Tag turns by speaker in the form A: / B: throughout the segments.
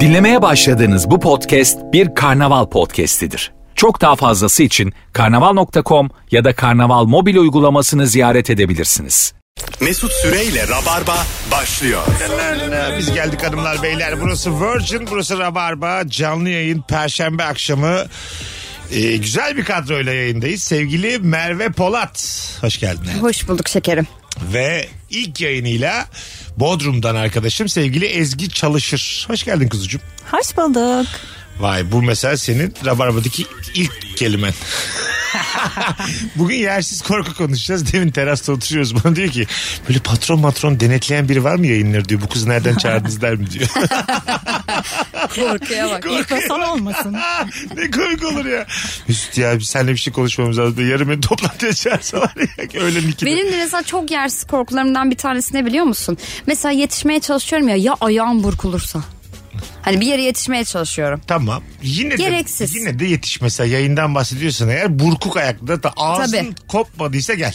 A: Dinlemeye başladığınız bu podcast bir karnaval podcastidir. Çok daha fazlası için karnaval.com ya da karnaval mobil uygulamasını ziyaret edebilirsiniz.
B: Mesut Süreyle Rabarba başlıyor.
C: Biz geldik hanımlar beyler. Burası Virgin, burası Rabarba. Canlı yayın Perşembe akşamı. Ee, güzel bir kadroyla yayındayız. Sevgili Merve Polat. Hoş geldin.
D: Hoş bulduk şekerim.
C: Ve ilk yayınıyla Bodrum'dan arkadaşım sevgili Ezgi Çalışır. Hoş geldin kuzucuğum.
E: Hoş bulduk.
C: Vay bu mesela senin Rabarba'daki ilk kelimen. Bugün yersiz korku konuşacağız. Demin terasta oturuyoruz. Bana diyor ki böyle patron matron denetleyen biri var mı yayınları diyor. Bu kızı nereden çağırdınız der mi diyor.
D: Korkuya bak.
E: İlk ve son olmasın.
C: ne komik olur ya. Mesut ya biz seninle bir şey konuşmamız lazım. Yarın beni toplantıya çağırsalar ya. Öğlen ikide.
D: Benim de mesela çok yersiz korkularımdan bir tanesi ne biliyor musun? Mesela yetişmeye çalışıyorum ya ya ayağım burkulursa. Hani bir yere yetişmeye çalışıyorum.
C: Tamam. Yine
D: Gereksiz.
C: de yine de yetiş mesela yayından bahsediyorsun eğer burkuk ayakta da ağzın
D: Tabii.
C: kopmadıysa gel.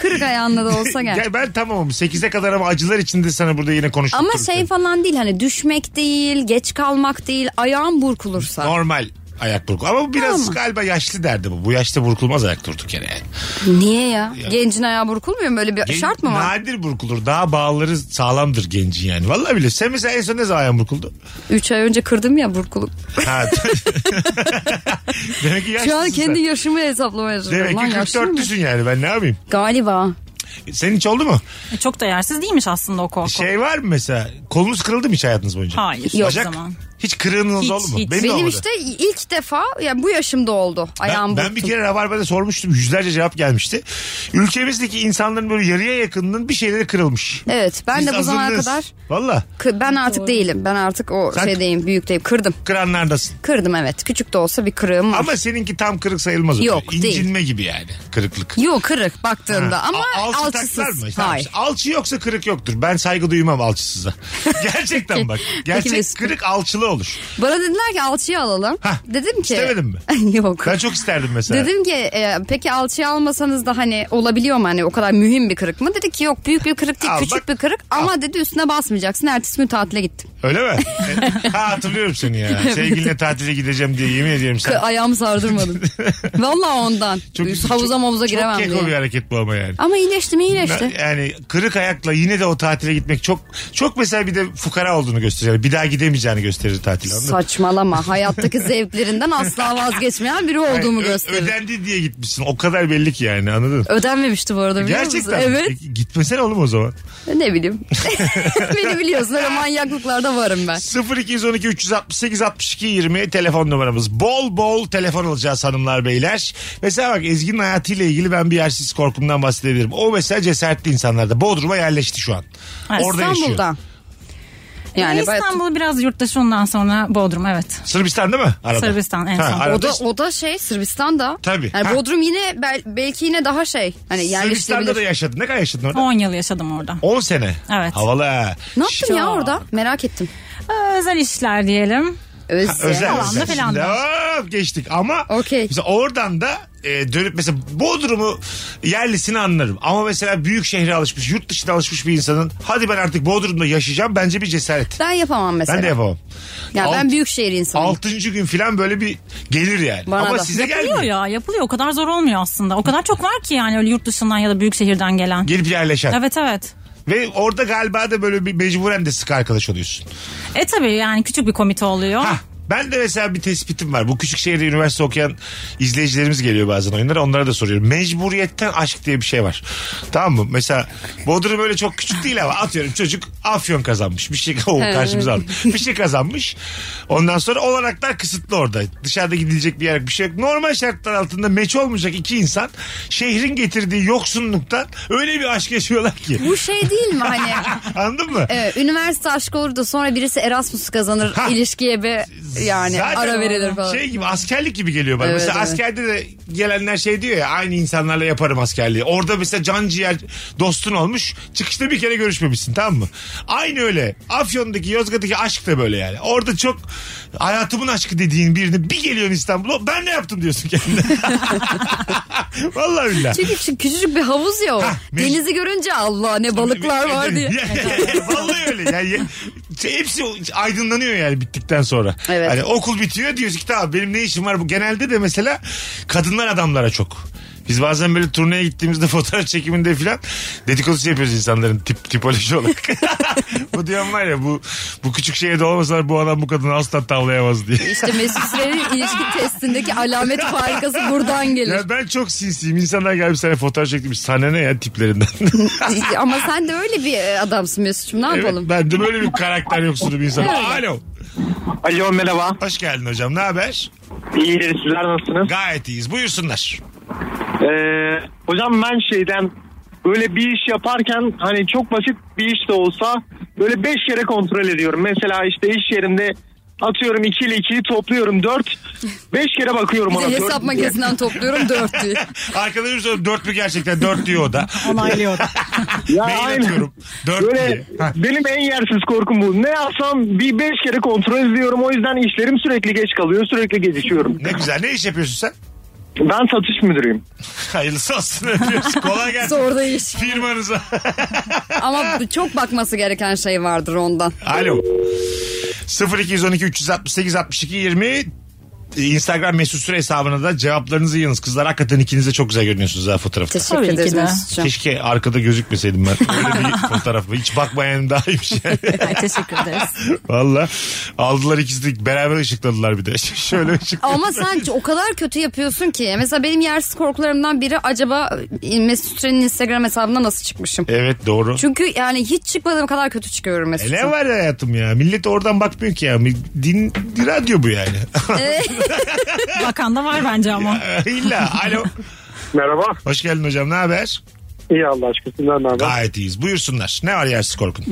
D: Kırık ayağında da olsa gel.
C: gel ben tamamım. 8'e kadar ama acılar içinde sana burada yine konuştuk.
D: Ama
C: Tabii
D: şey
C: tabii.
D: falan değil hani düşmek değil, geç kalmak değil, ayağım burkulursa.
C: normal ayak burku. Ama bu biraz
D: Tamam.
C: galiba yaşlı derdi bu. Bu yaşta burkulmaz ayak durduk yere. yani.
D: Niye ya? Gencin ayağı burkulmuyor mu? Böyle bir
C: Gen-
D: şart mı var?
C: Nadir burkulur. Daha bağları sağlamdır gencin yani. Vallahi bile. Sen mesela en son ne zaman ayağın burkuldu?
D: 3 ay önce kırdım ya burkuluk.
C: Ha. Demek ki yaşlısın
D: Şu an kendi
C: sen.
D: yaşımı hesaplamaya çalışıyorum.
C: Demek
D: Lan
C: ki
D: yaşlı mı?
C: 44'lüsün yani ben ne yapayım?
D: Galiba.
C: Senin hiç oldu mu?
E: E, Çok da yersiz değilmiş aslında o korku.
C: Şey var mı mesela? Kolunuz kırıldı mı hiç hayatınız boyunca?
E: Hayır.
D: Yok.
E: Yok.
C: Bacak?
E: zaman.
C: Hiç kırığınız
E: Hiç,
C: oldu mu?
E: hiç.
C: Benim, de
D: Benim
C: olmadı.
D: işte ilk defa yani bu yaşımda oldu. Ayağım
C: Ben, ben bir kere Rabarba'da sormuştum. Yüzlerce cevap gelmişti. Ülkemizdeki insanların böyle yarıya yakınının bir şeyleri kırılmış.
D: Evet ben
C: Biz
D: de bu zamana
C: hazırlığız.
D: kadar
C: Valla
D: Kı- Ben artık değilim. Ben artık o
C: Sen-
D: şeydeyim, büyükteyim. Kırdım.
C: kıranlardasın.
D: Kırdım evet. Küçük de olsa bir kırığım var.
C: Ama seninki tam kırık sayılmaz. o.
D: Yok, değil.
C: İncinme gibi yani kırıklık.
D: Yok kırık baktığında ama
C: A- alçı taklar
D: alçısız.
C: mı? Tamam
D: Hayır.
C: işte. Alçı yoksa kırık yoktur. Ben saygı duymam alçısıza. Gerçekten bak. Gerçek
D: Mesut.
C: kırık alçılı olur.
D: Bana dediler ki alçıyı alalım.
C: Hah,
D: Dedim ki.
C: istemedin
D: Yok.
C: Ben çok isterdim mesela.
D: Dedim ki e, peki alçıyı almasanız da hani olabiliyor mu hani o kadar mühim bir kırık mı? Dedi ki yok büyük bir kırık değil
C: Al
D: küçük
C: bak.
D: bir kırık ama dedi üstüne basmayacaksın. Ertesi gün tatile gittim.
C: Öyle mi? E, ha hatırlıyorum seni ya. Sevgilinle tatile gideceğim diye yemin ediyorum
D: Kı-
C: sen.
D: Ayağımı sardırmadım. Vallahi ondan. Havuza mavuza giremem
C: Çok
D: diye.
C: keko bir hareket bu ama yani.
D: Ama iyileştim iyileştim.
C: Na- Yani kırık ayakla yine de o tatile gitmek çok çok mesela bir de fukara olduğunu gösterir. Bir daha gidemeyeceğini gösterir tatil anladın mı?
D: Saçmalama. Hayattaki zevklerinden asla vazgeçmeyen biri
C: Yani
D: olduğumu
C: ö-
D: gösterir.
C: Ödendi diye gitmişsin. O kadar belli ki yani anladın mı?
D: Ödenmemişti bu arada biliyor musun?
C: Gerçekten.
D: Evet.
C: E, Gitmesene oğlum o zaman.
D: Ne bileyim. Beni biliyorsun öyle manyaklıklarda varım ben.
C: 0212 368 62 20 telefon numaramız. Bol bol telefon alacağız hanımlar beyler. Mesela bak Ezgi'nin hayatıyla ilgili ben bir yersiz korkumdan bahsedebilirim. O mesela cesaretli insanlarda. Bodrum'a yerleşti şu an.
E: Ha,
C: Orada yaşıyor.
D: İstanbul'da. Yani
E: Yani
D: bayağı-
E: İstanbul biraz yurttaşı ondan sonra Bodrum evet.
C: Sırbistan değil mi? Arada.
E: Sırbistan en son.
C: arada
D: o da
C: işte.
D: o da şey Sırbistan'da.
C: Tabii.
D: Yani
C: Ha.
D: Bodrum yine bel- belki yine daha şey hani
C: Sırbistan'da da
D: yerleştirilebilir.
C: yaşadın. Ne kadar yaşadın orada?
E: 10 yıl yaşadım orada.
C: 10 sene.
E: Evet.
C: Havalı ha.
D: Ne yaptın ya
E: Şok.
D: orada? Merak ettim.
E: Ee, Özel işler diyelim.
D: Öz.
C: Özel.
E: Falan da
C: özel.
E: falan
C: Şimdi
E: da.
C: hop geçtik ama
D: Okey.
C: mesela oradan da e, dönüp mesela Bodrum'u yerlisini anlarım. Ama mesela büyük şehre alışmış, yurt dışına alışmış bir insanın hadi ben artık Bodrum'da yaşayacağım bence bir cesaret.
D: Ben yapamam mesela.
C: Ben de yapamam.
D: Ya ben
C: Alt-
D: büyük şehir insanıyım.
C: Altıncı gün falan böyle bir gelir yani.
D: Bana
C: ama
D: da.
C: size
E: Yapılıyor ya
C: gelmiyor.
E: yapılıyor o kadar zor olmuyor aslında. O kadar çok var ki yani öyle yurt dışından ya da büyük şehirden gelen.
C: Gelip yerleşen.
E: Evet evet.
C: Ve orada galiba da böyle bir mecburen de sık arkadaş oluyorsun.
E: E tabii yani küçük bir komite oluyor.
C: Hah. Ben de mesela bir tespitim var. Bu küçük şehirde üniversite okuyan izleyicilerimiz geliyor bazen oyunlara. Onlara da soruyorum. Mecburiyetten aşk diye bir şey var. Tamam mı? Mesela Bodrum öyle çok küçük değil ama atıyorum çocuk afyon kazanmış. Bir şey o karşımıza aldı. Bir şey kazanmış. Ondan sonra olanaklar kısıtlı orada. Dışarıda gidilecek bir yer bir şey yok. Normal şartlar altında meç olmayacak iki insan şehrin getirdiği yoksunluktan öyle bir aşk yaşıyorlar ki.
D: Bu şey değil mi hani
C: Anladın mı?
D: e, üniversite aşkı olur da sonra birisi Erasmus kazanır
C: Ha.
D: ilişkiye bir yani
C: Zaten
D: ara verilir falan.
C: Şey gibi askerlik gibi geliyor bana.
D: Evet,
C: mesela
D: evet.
C: askerde de gelenler şey diyor ya aynı insanlarla yaparım askerliği. Orada mesela can ciğer dostun olmuş. Çıkışta bir kere görüşmemişsin tamam mı? Aynı öyle. Afyon'daki Yozgat'taki aşk da böyle yani. Orada çok hayatımın aşkı dediğin birini bir geliyorsun İstanbul'a ben ne yaptım diyorsun kendine. Vallahi billahi.
D: Çünkü şu küçücük bir havuz yok.
C: mec-
D: Denizi görünce Allah ne balıklar var diye.
C: Vallahi öyle. Yani, ye- şey, hepsi aydınlanıyor yani bittikten sonra.
D: Evet.
C: Hani okul bitiyor diyoruz ki tamam benim ne işim var bu. Genelde de mesela kadınlar adamlara çok. Biz bazen böyle turneye gittiğimizde fotoğraf çekiminde filan dedikodusu yapıyoruz insanların tip, tipoloji olarak. bu diyorum var ya bu bu küçük şehirde olmasalar bu adam bu kadını asla tavlayamaz diye.
D: İşte Mesut Sürey'in ilişki testindeki alamet farikası buradan gelir.
C: Ya ben çok sinsiyim. İnsanlar gelmiş sana fotoğraf çekmiş. Sana ne ya tiplerinden.
D: Ama sen de öyle bir e, adamsın Mesut'cum ne
C: evet,
D: yapalım?
C: ben de böyle bir karakter yoksunu bir insan. Alo.
F: Alo merhaba.
C: Hoş geldin hocam. Ne haber?
F: İyidir sizler nasılsınız?
C: Gayet iyiyiz. Buyursunlar.
F: Ee, hocam ben şeyden böyle bir iş yaparken hani çok basit bir iş de olsa böyle beş kere kontrol ediyorum. Mesela işte iş yerimde atıyorum 2 ile 2'yi topluyorum 4. 5 kere bakıyorum
D: Bir de
F: ona.
D: hesap
F: Dört-
D: makinesinden topluyorum dört diye.
C: Arkadaşım soruyor dört mü gerçekten? Dört diyor o da.
E: Onaylıyor.
F: Ya
C: Mail
F: aynen.
C: atıyorum. Dört diye.
F: Böyle
C: Ha.
F: benim en yersiz korkum bu. Ne yapsam bir beş kere kontrol ediyorum. O yüzden işlerim sürekli geç kalıyor. Sürekli gecikiyorum.
C: Ne güzel. Ne iş yapıyorsun sen?
F: Ben satış müdürüyüm.
C: Hayırlısı olsun. Öpüyoruz. Kolay gelsin.
D: Zor da iş.
C: Firmanıza.
D: Ama bu- çok bakması gereken şey vardır ondan.
C: Alo. 0212 368 62 20 Instagram mesut süre hesabına da cevaplarınızı yığınız. Kızlar hakikaten ikiniz de çok güzel görünüyorsunuz ha fotoğrafta.
D: Teşekkür
E: Tabii ki
D: ederiz
E: de.
D: Mesut'cum.
C: Keşke arkada gözükmeseydim ben. Öyle bir fotoğraf. Hiç bakmayan daha iyiymiş yani.
E: Ay, E, teşekkür ederiz.
C: Valla aldılar ikisi de beraber ışıkladılar bir de. Şöyle ışıkladılar.
D: Ama sen o kadar kötü yapıyorsun ki. Mesela benim yersiz korkularımdan biri acaba e, Mesut Süren'in Instagram hesabına nasıl çıkmışım?
C: Evet doğru.
D: Çünkü yani hiç çıkmadığım kadar kötü çıkıyorum
C: E
D: Mesut.
C: ne var hayatım ya? Millet oradan bakmıyor ki ya. Din, radyo bu yani.
E: Bakan da var bence ama.
C: İlla. Alo.
G: Merhaba.
C: Hoş geldin hocam. Ne haber?
G: İyi Allah aşkına. Sizden ne haber?
C: Gayet iyiyiz. Buyursunlar. Ne var yersiz korkun?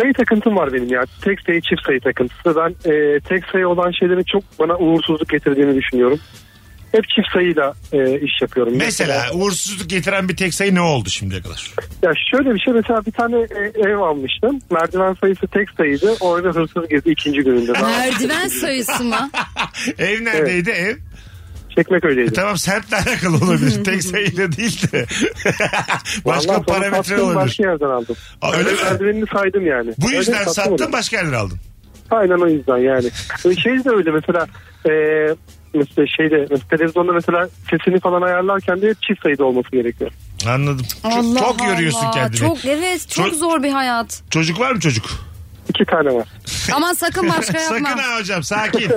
G: Sayı takıntım var benim ya. Tek sayı çift sayı takıntısı. Ben e, tek sayı olan şeylerin çok bana uğursuzluk getirdiğini düşünüyorum. Hep çift sayıyla e, iş yapıyorum.
C: Mesela uğursuzluk getiren bir tek sayı ne oldu şimdiye kadar?
G: Ya şöyle bir şey mesela bir tane e, ev almıştım. Merdiven sayısı tek sayıydı. Orada hırsız girdi ikinci gününde. Daha
D: Merdiven sayısı mı?
C: Ev neredeydi ev? E,
G: Çekmeköy'deydi.
C: tamam semtle alakalı olabilir. tek sayıyla değil de. başka
G: Vallahi sonra
C: parametre
G: sattım,
C: olabilir.
G: Başka yerden aldım.
C: Aa, öyle mi?
G: Merdivenini saydım yani.
C: Bu
G: Öyle
C: yüzden
G: sattım
C: sattın
G: onu.
C: başka yerden aldın.
G: Aynen o yüzden yani. Ee, şey de öyle mesela e, mesela şeyde mesela televizyonda mesela sesini falan ayarlarken de hep çift sayıda olması gerekiyor.
C: Anladım. Çok,
D: Allah
C: çok yoruyorsun
D: Allah.
C: kendini.
D: Çok evet çok,
C: Çok-
D: zor bir hayat.
C: Çocuk var mı çocuk?
G: İki tane var.
D: Aman sakın başka yapma.
C: Sakın ha hocam sakin.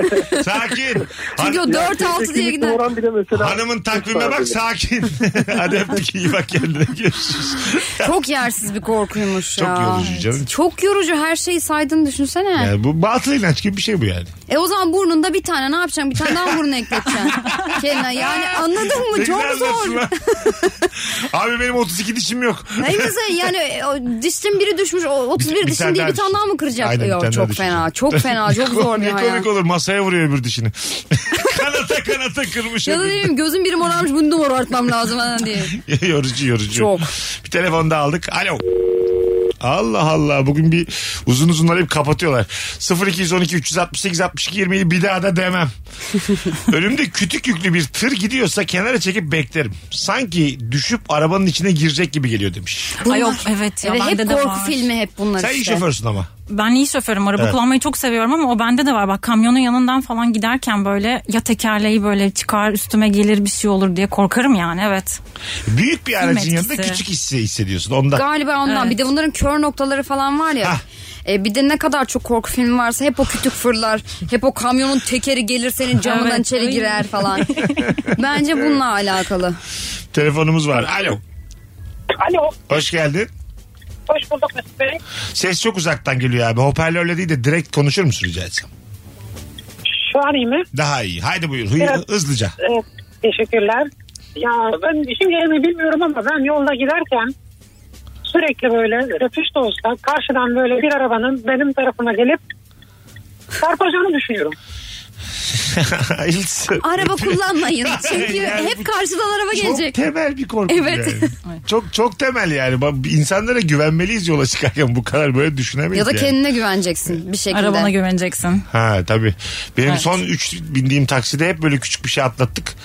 C: sakin.
D: Çünkü
C: Han-
D: o 4 6
G: Teşekkür
D: diye gider.
G: ederim. Orhan bile mesela
C: Hanımın
G: çift
C: takvime
G: sayıda
C: bak
G: dedi.
C: sakin. Hadi öptük iyi bak kendine görüşürüz.
D: Çok yersiz bir korkuymuş
C: Çok
D: ya.
C: yorucu canım.
D: Evet. Çok yorucu her şeyi saydın düşünsene.
C: Yani bu batıl inanç gibi bir şey bu yani.
D: E o zaman burnunda bir tane ne yapacaksın? Bir tane daha burun ekleteceksin. Kendine yani anladın mı?
C: Ne
D: Çok
C: güzel anlatsın
D: zor.
C: lan. Abi benim 32 dişim yok.
D: Hayır mesela yani e, o, dişin biri düşmüş. o 31
C: Bir- bir tane
D: dişin diye
C: daha
D: bir tane daha mı kıracak?
C: Aynen, bir
D: Yok,
C: tane daha
D: çok
C: düşecek.
D: fena. Çok fena. Çok zor bir
C: ne
D: hayat.
C: komik olur masaya vuruyor öbür dişini. kanata kanata kırmış.
D: Ya da
C: öbür.
D: diyeyim gözüm biri morarmış bunu da morartmam lazım falan diye.
C: yorucu yorucu.
D: Çok.
C: Bir telefon daha aldık. Alo. Allah Allah bugün bir uzun uzun arayıp kapatıyorlar. 0212 368 62 20'yi bir daha da demem. Önümde kütük yüklü bir tır gidiyorsa kenara çekip beklerim. Sanki düşüp arabanın içine girecek gibi geliyor demiş.
E: Ay yok evet ya
D: Ve
E: bende
D: hep
E: de
D: korku
E: var.
D: filmi hep bunlar
C: Sen iyi
D: işte.
C: şoförsün ama.
E: Ben iyi şoförüm araba
C: Evet.
E: kullanmayı çok seviyorum ama o bende de var. Bak kamyonun yanından falan giderken böyle ya tekerleği böyle çıkar üstüme gelir bir şey olur diye korkarım yani evet.
C: Büyük bir aracın yanında
E: etkisi.
C: küçük hisse hissediyorsun ondan.
D: Galiba ondan.
E: Evet.
D: Bir de bunların kör noktaları falan var ya.
C: Hah.
D: E, bir de ne kadar çok korku filmi varsa hep o kütük fırlar. Hep o kamyonun tekeri gelir senin camından
E: Evet.
D: içeri
E: Ay.
D: girer falan. Bence bununla alakalı.
C: Telefonumuz var. Alo.
H: Alo,
C: Hoş geldin.
H: hoş bulduk Mesut Bey.
C: Ses çok uzaktan geliyor abi. Hoparlörle değil de direkt konuşur musun rica etsem?
H: Şu an iyi mi?
C: Daha iyi. Haydi buyur. Hı-
H: Evet.
C: Hızlıca.
H: Evet, Ee, teşekkürler. Ya ben işim yerini bilmiyorum ama ben yolda giderken sürekli böyle rötuş da olsa karşıdan böyle bir arabanın benim tarafıma gelip Çarpacağını düşünüyorum.
C: Hiç-
D: Araba kullanmayın. Çünkü
C: Yani
D: hep karşıdan araba gelecek.
C: Çok temel bir korku.
D: Evet.
C: Yani. çok çok temel yani. Bak, İnsanlara güvenmeliyiz yola çıkarken bu kadar böyle düşünemeyiz.
D: Ya da
C: yani.
D: kendine güveneceksin bir şekilde.
E: Arabana güveneceksin.
C: Ha tabii. Benim
E: Evet.
C: son 3 bindiğim takside hep böyle küçük bir şey atlattık.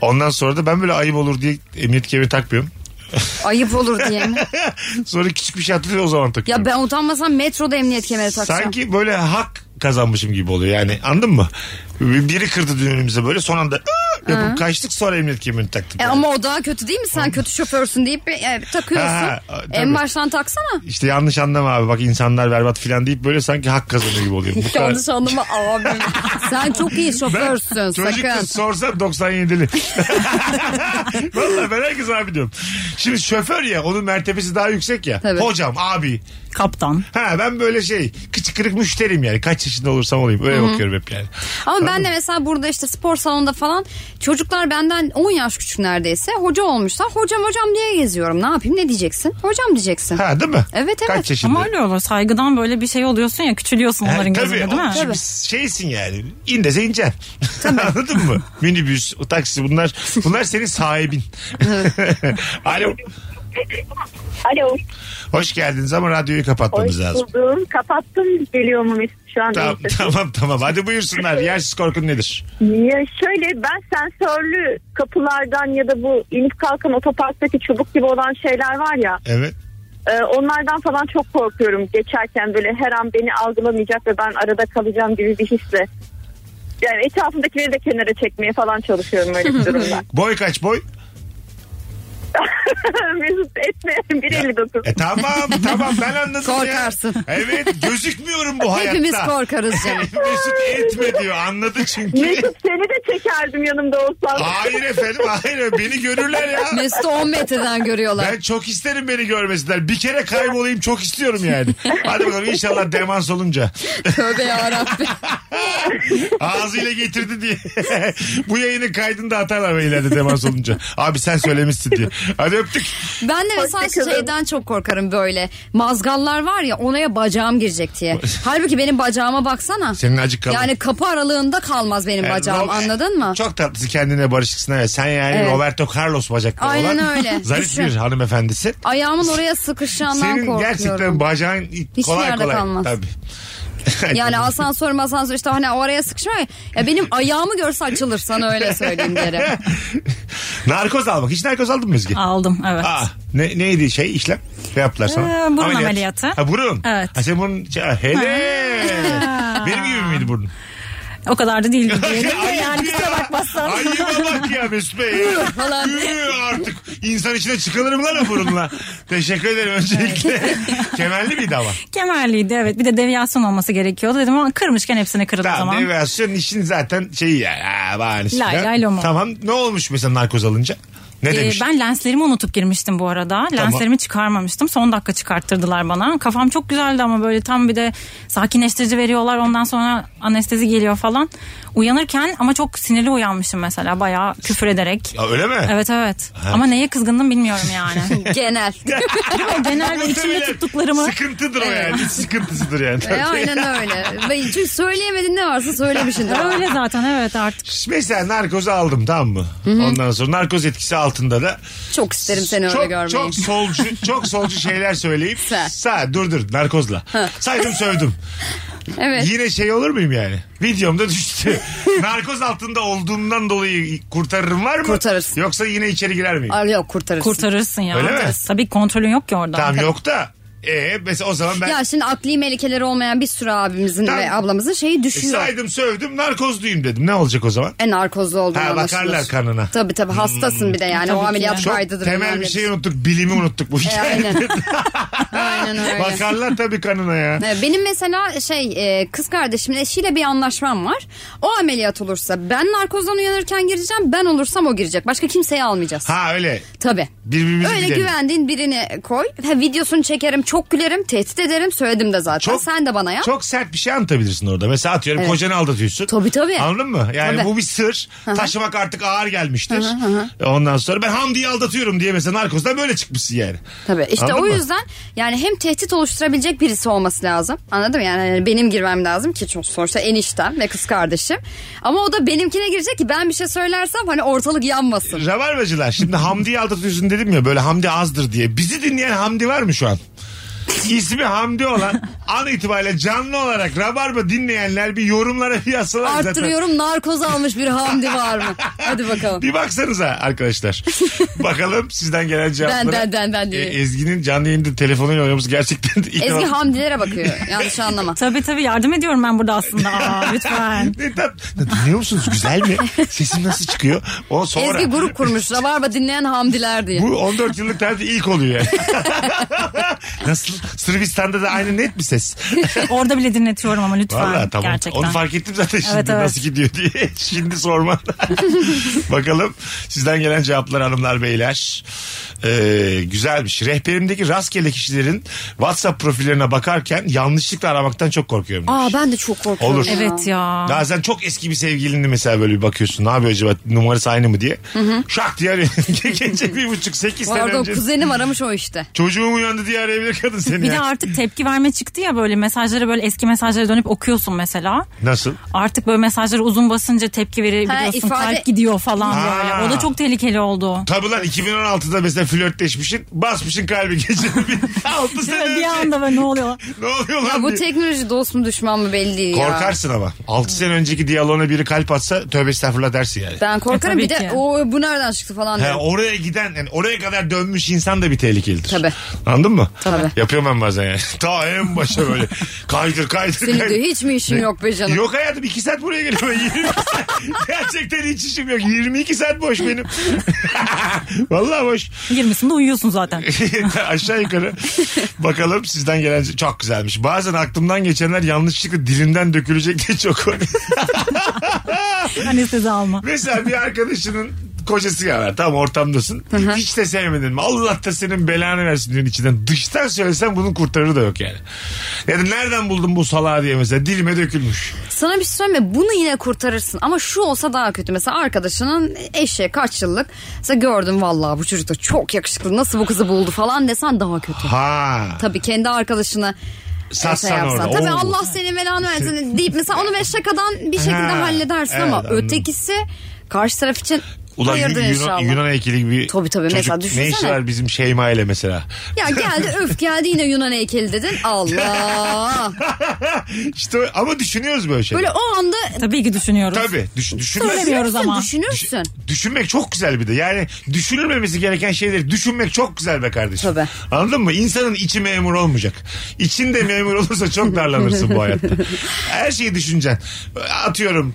C: Ondan sonra da ben böyle ayıp olur diye emniyet kemeri takmıyorum.
D: Ayıp olur diye mi?
C: Sonra küçük bir şey atlatıyor o zaman takıyorum.
D: Ya ben utanmasam metroda emniyet kemeri takacağım.
C: Sanki böyle hak kazanmışım gibi oluyor yani anladın mı? Biri kırdı düğünümüze böyle son anda "Aa!" yapıp kaçtık sonra emniyet kemerini taktım.
D: E
C: Yani.
D: ama o daha kötü değil mi? Sen kötü şoförsün deyip bir- e, takıyorsun.
C: Ha, ha, tabii.
D: en baştan taksana.
C: İşte yanlış anlama abi bak insanlar berbat filan deyip böyle sanki hak kazanıyor gibi oluyor. Bu kadar-
D: Yanlış anlama abi. Sen çok iyi şoförsün sakın.
C: Çocuk sorsam 97'li. Vallahi ben herkes abi diyorum. Şimdi şoför ya onun mertebesi daha yüksek ya.
D: Tabii.
C: Hocam abi.
E: Kaptan.
C: Ha ben böyle şey kıçı kırık müşterim yani. Kaç yaşında olursam olayım. Öyle bakıyorum hep yani.
D: Ama ben de mesela burada işte spor salonunda falan çocuklar benden 10 yaş küçük neredeyse hoca olmuşlar. Hocam hocam diye geziyorum. Ne yapayım ne diyeceksin? Hocam diyeceksin.
C: Ha değil mi?
D: Evet, evet.
C: Kaç yaşında?
E: Ama öyle olur. Saygıdan böyle bir şey oluyorsun ya küçülüyorsun
C: Ha,
E: onların
C: tabii,
E: gözünde değil mi?
C: o- şey. şimdi şeysin yani. İn dese ineceksin. Anladın mı? Minibüs, o taksi bunlar bunlar senin sahibin. Alo.
I: Alo.
C: Hoş geldiniz ama radyoyu kapatmamız
I: Hoş
C: lazım.
I: buldum. Kapattım geliyor mu Mesut şu anda?
C: Tamam
I: işte?
C: tamam tamam. Hadi buyursunlar. Yersiz korkun nedir?
I: Ya şöyle ben sensörlü kapılardan ya da bu inip kalkan otoparktaki çubuk gibi olan şeyler var ya
C: Evet.
I: e, onlardan falan çok korkuyorum geçerken böyle her an beni algılamayacak ve ben arada kalacağım gibi bir hisle. Yani etrafımdakileri de kenara çekmeye falan çalışıyorum öyle bir durumda.
C: Boy kaç boy?
I: Mesut etme
C: E
I: 1.59.
C: tamam tamam ben anladım
D: Korkarsın.
C: ya. Evet gözükmüyorum bu hayatta.
D: Hepimiz korkarız canım.
C: Mesut etme diyor anladı çünkü.
I: Mesut seni de çekerdim yanımda olsan.
C: hayır efendim hayır beni görürler ya.
D: Mesut'u 10 metreden görüyorlar.
C: Ben çok isterim beni görmesinler. Bir kere kaybolayım çok istiyorum yani. Hadi bakalım inşallah demans olunca.
D: Tövbe yarabbim.
C: Ağzıyla getirdi diye. Bu yayının kaydını da atarlar ve ileride demans olunca. Abi sen söylemişsin diye. Hadi öptük.
D: Ben de mesela
I: Hoşçakalın.
D: şeyden çok korkarım böyle. Mazgallar var ya onaya bacağım girecek diye. Halbuki benim bacağıma baksana.
C: Senin acık kalın.
D: Yani kapı aralığında kalmaz benim
C: Yani
D: bacağım
C: Ro-
D: anladın mı?
C: Ee, Çok tatlısı kendine barışıksın. Evet. Sen yani
D: Evet.
C: Roberto Carlos bacakları
D: Aynen
C: olan
D: öyle.
C: zarif
D: Düşün.
C: bir hanımefendisi.
D: Ayağımın oraya sıkışacağından
C: Senin
D: korkuyorum.
C: gerçekten bacağın kolay
D: yerde
C: kolay.
D: kalmaz.
C: Tabii.
D: Yani asansör masansör işte hani oraya sıkışma ya. Ya benim ayağımı görse açılır sana öyle söyleyeyim derim.
C: narkoz almak. Hiç narkoz aldın mı Özge?
E: Aldım evet.
C: Aa, ne, neydi şey işlem? Ne yaptılar sana?
E: Ee, burun ameliyatı.
C: Ha burun.
E: Evet.
C: Ha sen burun. Ha, Hele. Benim gibi miydi burun?
E: O kadar da değildi diyelim.
C: Ayıp
E: yani
C: ya.
E: kusura bakmazsan.
C: Ayıba bak ya Mesut Bey. ya.
D: falan.
C: Yürü artık. İnsan içine çıkılır mı lan o burunla? Teşekkür ederim öncelikle. Kemerli miydi ama?
E: Kemerliydi evet. Bir de devyasyon olması gerekiyordu dedim ama kırmışken hepsini kırdı o
C: Tamam
E: zaman.
C: devrasyon işin zaten şeyi yani. Ha, bahanesi
E: Lay
C: falan.
E: lay lomo.
C: Tamam ne olmuş mesela narkoz alınca? Ne
E: Ee,
C: demiş?
E: ben lenslerimi unutup girmiştim bu arada. Lenslerimi çıkarmamıştım. Son dakika çıkarttırdılar bana. Kafam çok güzeldi ama böyle tam bir de sakinleştirici veriyorlar. Ondan sonra anestezi geliyor falan. Uyanırken ama çok sinirli uyanmışım mesela. Bayağı küfür ederek.
C: Ya öyle mi?
E: Evet evet. Ama neye kızgındım bilmiyorum yani.
D: Genel.
E: Genel ve içimde
C: Muhtemelen
E: tuttuklarımı.
C: Sıkıntıdır o yani. Sıkıntısıdır yani.
D: E, aynen öyle. Ve Çünkü söyleyemedin ne varsa söylemişsindir.
E: Öyle zaten evet artık.
C: Mesela narkozu aldım tamam mı? Ondan sonra narkoz etkisi altında da
D: Çok isterim seni
C: çok,
D: öyle görmeyi.
C: çok solcu çok solcu şeyler söyleyip
D: Sen.
C: sa dur dur narkozla. Saydım sövdüm.
D: Evet.
C: Yine şey olur muyum yani? Videomda düştü. Narkoz altında olduğumdan dolayı kurtarırım var mı?
D: Kurtarırsın.
C: Yoksa yine içeri girer miyim?
D: Al yok kurtarırsın.
E: Kurtarırsın ya.
C: Öyle mi?
E: Kurtarırsın. Tabii kontrolün yok ki orada.
C: Tamam yok da. E mesela o zaman ben
D: Ya şimdi akli melikeleri olmayan bir sürü abimizin
C: Tamam.
D: ve ablamızın şeyi düşüyor.
C: e, saydım sövdüm narkozluyum dedim. Ne olacak o zaman?
D: en narkozlu olduğunu
C: Ha,
D: anlaşılır.
C: bakarlar kanına.
D: Tabii tabii hastasın bir de yani o
E: Tabii ki.
D: ameliyat
C: Çok
D: kaydıdır.
C: temel
D: önemli.
C: bir şey unuttuk. Bilimi unuttuk bu
D: E,
C: hikayede.
D: aynen. aynen öyle.
C: Bakarlar tabii kanına ya.
D: Evet, E, Benim mesela şey e, kız kardeşimin eşiyle bir anlaşmam var. O ameliyat olursa ben narkozdan uyanırken gireceğim. Ben olursam o girecek. Başka kimseyi almayacağız.
C: Ha öyle.
D: Tabii.
C: Birbirimizi
D: Öyle
C: bilelim.
D: güvendiğin birini koy. Ha, videosunu çekerim çok gülerim, tehdit ederim. Söyledim de zaten.
C: Çok-
D: Sen de bana yap.
C: Çok sert bir şey anlatabilirsin orada. Mesela atıyorum
D: Evet.
C: kocanı aldatıyorsun.
D: Tabii, tabii.
C: Anladın mı? Yani
D: Tabii.
C: bu bir sır. Taşımak artık ağır gelmiştir. Ondan sonra ben Hamdi'yi aldatıyorum diye mesela narkozdan böyle çıkmışsın yani.
D: Tabii işte
C: Anladın
D: o
C: mı?
D: yüzden yani hem tehdit oluşturabilecek birisi olması lazım. Anladın mı? Yani hani benim girmem lazım ki çok sonuçta eniştem ve kız kardeşim. Ama o da benimkine girecek ki ben bir şey söylersem hani ortalık yanmasın.
C: Rabarbacılar şimdi Hamdi'yi aldatıyorsun dedim ya böyle Hamdi azdır diye. Bizi dinleyen Hamdi var mı şu an? İsmi Hamdi olan an itibariyle canlı olarak Rabarba dinleyenler bir yorumlara bir yazsalar zaten.
D: Arttırıyorum narkoz almış bir Hamdi var mı? Hadi bakalım.
C: Bir baksanıza arkadaşlar. Bakalım sizden gelen cevaplara.
D: ben, ben, ben diye.
C: E, Ezgi'nin canlı yayında telefonuyla oynaması gerçekten ilk
D: Ezgi
C: defa-
D: Hamdilere bakıyor. Yanlış anlama.
E: Tabii tabii yardım ediyorum ben burada aslında. Aa, lütfen.
C: Ne tat- Dinliyor musunuz? Güzel mi? Sesim nasıl çıkıyor? O sonra.
D: Ezgi grup kurmuş. Rabarba dinleyen Hamdiler diye.
C: Bu 14 yıllık tercih ilk oluyor yani. Nasıl? Sırbistan'da da aynı net mi ses?
E: Orada bile dinletiyorum ama lütfen.
C: Valla tamam.
E: Gerçekten.
C: Onu fark ettim zaten şimdi
E: Evet, evet.
C: nasıl gidiyor diye. Şimdi sorma. Bakalım sizden gelen cevaplar hanımlar beyler. Ee, güzelmiş. Rehberimdeki rastgele kişilerin WhatsApp profillerine bakarken yanlışlıkla aramaktan çok korkuyorum. demiş.
D: Aa ben de çok korkuyorum.
C: Olur.
E: Evet ya.
C: Bazen çok eski bir sevgilini mesela böyle bir bakıyorsun. Ne yapıyor acaba numarası aynı mı diye. Şak diye arıyor. Gece bir buçuk sekiz
D: Bu
C: sene
D: arada o
C: önce.
D: kuzenim aramış o işte.
C: Çocuğum uyandı diye arayabilir kadın seni.
E: Bir de
C: yani.
E: artık tepki verme çıktı ya böyle mesajlara böyle eski mesajlara dönüp okuyorsun mesela.
C: Nasıl?
E: Artık böyle mesajlara uzun basınca tepki verebiliyorsun.
D: ifade-
E: Kalp gidiyor falan
C: Ha.
E: böyle. O da çok tehlikeli oldu.
C: Tabi lan 2016'da mesela flörtleşmişsin. Basmışsın kalbi gece. 6 sene
E: Değil mi?
C: önce.
E: Bir anda böyle ne oluyor?
C: Ne oluyor lan
D: Ya bu
C: diye.
D: teknoloji dost mu düşman mı belli değil ya.
C: Korkarsın ama. 6 sene önceki diyaloğuna biri kalp atsa tövbe estağfurullah dersin yani.
D: Ben korkarım
E: E,
D: bir
E: tabii
D: de
E: ki.
D: o bu nereden çıktı falan
C: He,
D: diyorum.
C: oraya giden yani oraya kadar dönmüş insan da bir tehlikelidir.
D: Tabii.
C: Anladın mı?
D: Tabii.
C: Yapıyorum ben bazen yani. Ta en başa böyle kaydır kaydır
D: Senin
C: kaydır.
D: de hiç mi işin yok be canım?
C: Yok hayatım 2 saat buraya geliyorum. 22 saat. Gerçekten hiç işim yok. 22 saat boş benim. Vallahi boş.
E: 20'sinde uyuyorsun zaten.
C: Aşağı yukarı. Bakalım sizden gelen çok güzelmiş. Bazen aklımdan geçenler yanlışlıkla dilimden dökülecek diye çok
E: Anestezi Hani alma.
C: Mesela bir arkadaşının kocası ya var. Tam ortamdasın. Hiç de sevmedin mi? Allah da senin belanı versin diyorsun içinden. Dıştan söylesen bunun kurtarı da yok yani. Yani nereden buldun bu salağı diye mesela dilime dökülmüş.
D: Sana bir şey söyleyeyim mi? Bunu yine kurtarırsın. Ama şu olsa daha kötü. Mesela arkadaşının eşi kaç yıllık. Mesela gördüm vallahi bu çocuk da çok yakışıklı. Nasıl bu kızı buldu falan desen daha kötü.
C: Ha.
D: Tabii kendi arkadaşına
C: Satsan
D: şey yapsan.
C: orada.
D: Tabii
C: Oo.
D: Allah seni belanı versin deyip mesela onu ve şakadan bir şekilde
C: Ha,
D: halledersin
C: evet,
D: ama
C: anladım.
D: ötekisi karşı taraf için
C: Ulan
D: hayırdır
C: Yunan,
D: inşallah.
C: Yunan heykeli gibi
D: Tabii tabii.
C: çocuk
D: Mesela
C: ne işi
D: düşünsene.
C: var bizim Şeyma ile mesela.
D: Ya geldi öf geldi yine Yunan heykeli dedin. Allah.
C: işte o- ama düşünüyoruz böyle şeyleri.
D: Böyle o anda
E: Tabii ki düşünüyoruz.
C: Tabii düş, düşünmez.
E: Söylemiyorum. Düşünüyoruz ama.
D: düşünürsün.
C: Düşünmek çok güzel bir de. Yani düşünülmemesi gereken şeyleri düşünmek çok güzel be kardeşim.
D: Tabii.
C: Anladın mı? İnsanın içi memur olmayacak. İçin de memur olursa çok darlanırsın bu hayatta. Her şeyi düşüneceksin. Atıyorum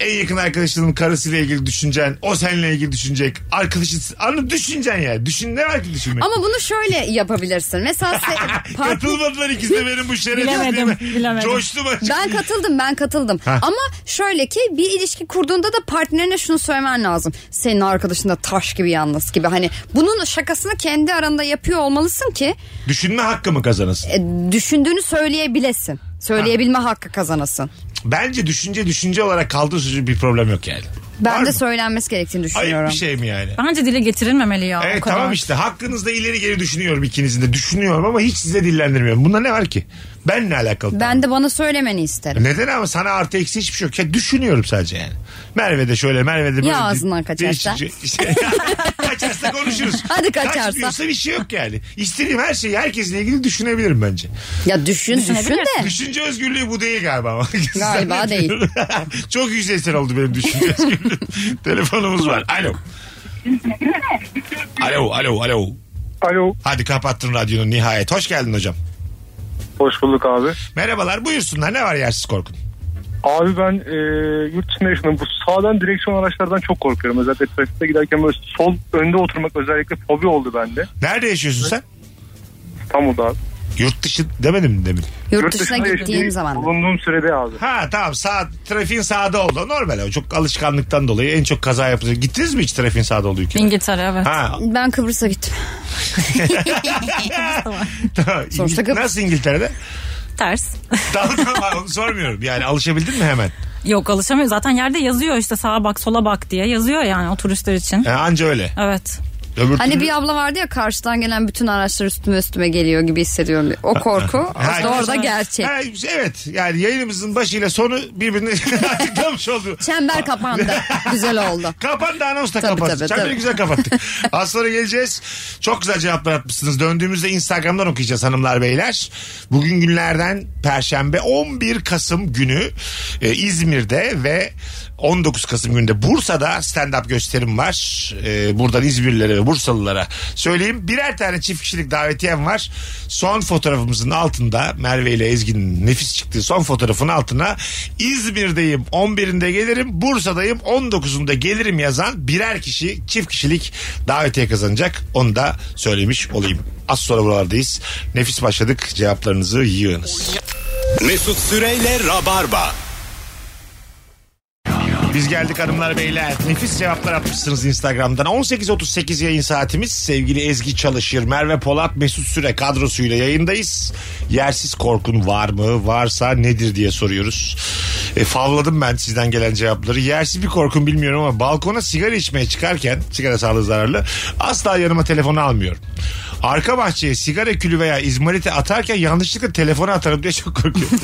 C: en yakın arkadaşının karısıyla ilgili düşüneceksin. O seninle ilgili düşünecek. Arkadaşın anı düşüneceksin ya. Düşün ne var ki düşünmek?
D: Ama bunu şöyle yapabilirsin. Mesela se- part-
C: Katılmadılar ikisi de benim bu şerefsizliğime.
E: Bilemedim, bilemedim.
C: Coştum açık.
D: ben katıldım ben katıldım. Ama şöyle ki bir ilişki kurduğunda da partnerine şunu söylemen lazım. Senin arkadaşın da taş gibi yalnız gibi. Hani bunun şakasını kendi aranda yapıyor olmalısın ki
C: Düşünme hakkımı kazanırsın.
D: e, düşündüğünü söyleyebilesin. Söyleyebilme hakkı kazanasın.
C: Bence düşünce düşünce olarak kaldığı sürece bir problem yok yani.
D: Ben
C: Var
D: de
C: mı?
D: söylenmesi gerektiğini düşünüyorum.
C: Ayıp bir şey mi yani?
E: Bence dile getirilmemeli ya.
C: Evet
E: o kadar.
C: E, tamam işte hakkınızda ileri geri düşünüyorum ikinizin de düşünüyorum ama hiç size dillendirmiyorum. Bunda ne var ki? Ben ne alakalı?
D: Ben de bana söylemeni isterim.
C: Neden ama sana artı eksi hiçbir şey yok. Ya düşünüyorum sadece yani. Merve de şöyle Merve de böyle.
D: Ya ağzından
C: de-
D: kaçarsa?
C: değişik- işte- şey- kaçarsa konuşuruz.
D: Hadi kaçarsa.
C: Kaçmıyorsa bir şey yok yani. İstediğim her şeyi herkesle ilgili düşünebilirim bence.
D: Ya düşün düşün de.
C: Düşünce özgürlüğü bu değil galiba ama.
D: Galiba değil.
C: Çok yüzeysel oldu benim düşünce özgürlüğüm. Telefonumuz var. Alo. Alo, alo, alo.
G: Alo.
C: Hadi kapattın radyonu nihayet. Hoş geldin hocam.
G: Hoş bulduk abi.
C: Merhabalar buyursunlar ne var yersiz korkun?
G: Abi ben e, yurt dışında yaşadım. Bu sağdan direksiyon araçlardan çok korkuyorum. Özellikle trafikte giderken böyle sol önde oturmak özellikle fobi oldu bende.
C: Nerede yaşıyorsun sen?
G: İstanbul'da abi.
C: Yurt dışı demedim mi demin?
D: Yurt dışına gittiğim
G: yaşadığım-
D: zaman. da.
G: Bulunduğum sürede abi.
C: Ha tamam sağ, trafiğin sağda oldu. Normal o çok alışkanlıktan dolayı en çok kaza yapılıyor. Gittiniz mi hiç trafiğin sağda olduğu ülkeye?
E: İngiltere evet.
C: Ha
D: Ben Kıbrıs'a gittim.
C: tamam.
D: Sonuçta
C: İngil-
D: Kıbrıs.
C: Nasıl İngiltere'de?
E: Ters.
C: tamam tamam onu sormuyorum. Yani alışabildin mi hemen?
E: Yok alışamıyor. Zaten yerde yazıyor işte sağa bak sola bak diye. Yazıyor yani o turistler için.
C: Ha, anca öyle.
E: Evet.
C: Öbür
D: Hani
C: türlü-
D: bir abla vardı ya karşıdan gelen bütün araçlar üstüme üstüme geliyor gibi hissediyorum. diye. O korku aslında Hani orada gerçek.
C: Ha, evet yani yayınımızın başıyla sonu birbirine açıklamış oldu.
D: Çember kapandı. Güzel oldu.
C: Kapandı anons da
D: Tabii,
C: kapattı.
D: tabii,
C: Çok
D: tabii.
C: güzel kapattık. Az sonra geleceğiz. Çok güzel cevaplar atmışsınız. Döndüğümüzde Instagram'dan okuyacağız hanımlar beyler. Bugün günlerden Perşembe 11 Kasım günü e, İzmir'de ve 19 Kasım günü de Bursa'da stand-up gösterim var. E, buradan İzmirlilere ve Bursalılara söyleyeyim. Birer tane çift kişilik davetiyem var. Son fotoğrafımızın altında Merve ile Ezgi'nin nefis çıktığı son fotoğrafın altına İzmir'deyim 11'inde gelirim Bursa'dayım 19'unda gelirim yazan birer kişi çift kişilik davetiye kazanacak. Onu da söylemiş olayım. Az sonra buralardayız. Nefis başladık. Cevaplarınızı yığınız.
B: Mesut Süreyle Rabarba.
C: Biz geldik hanımlar beyler. Nefis cevaplar atmışsınız Instagram'dan. 18.38 yayın saatimiz. Sevgili Ezgi Çalışır, Merve Polat, Mesut Süre kadrosuyla yayındayız. Yersiz korkun var mı? Varsa nedir diye soruyoruz. E, favladım ben sizden gelen cevapları. Yersiz bir korkun bilmiyorum ama balkona sigara içmeye çıkarken, sigara sağlığı zararlı, asla yanıma telefonu almıyorum. Arka bahçeye sigara külü veya izmariti atarken yanlışlıkla telefonu atarım diye çok korkuyorum.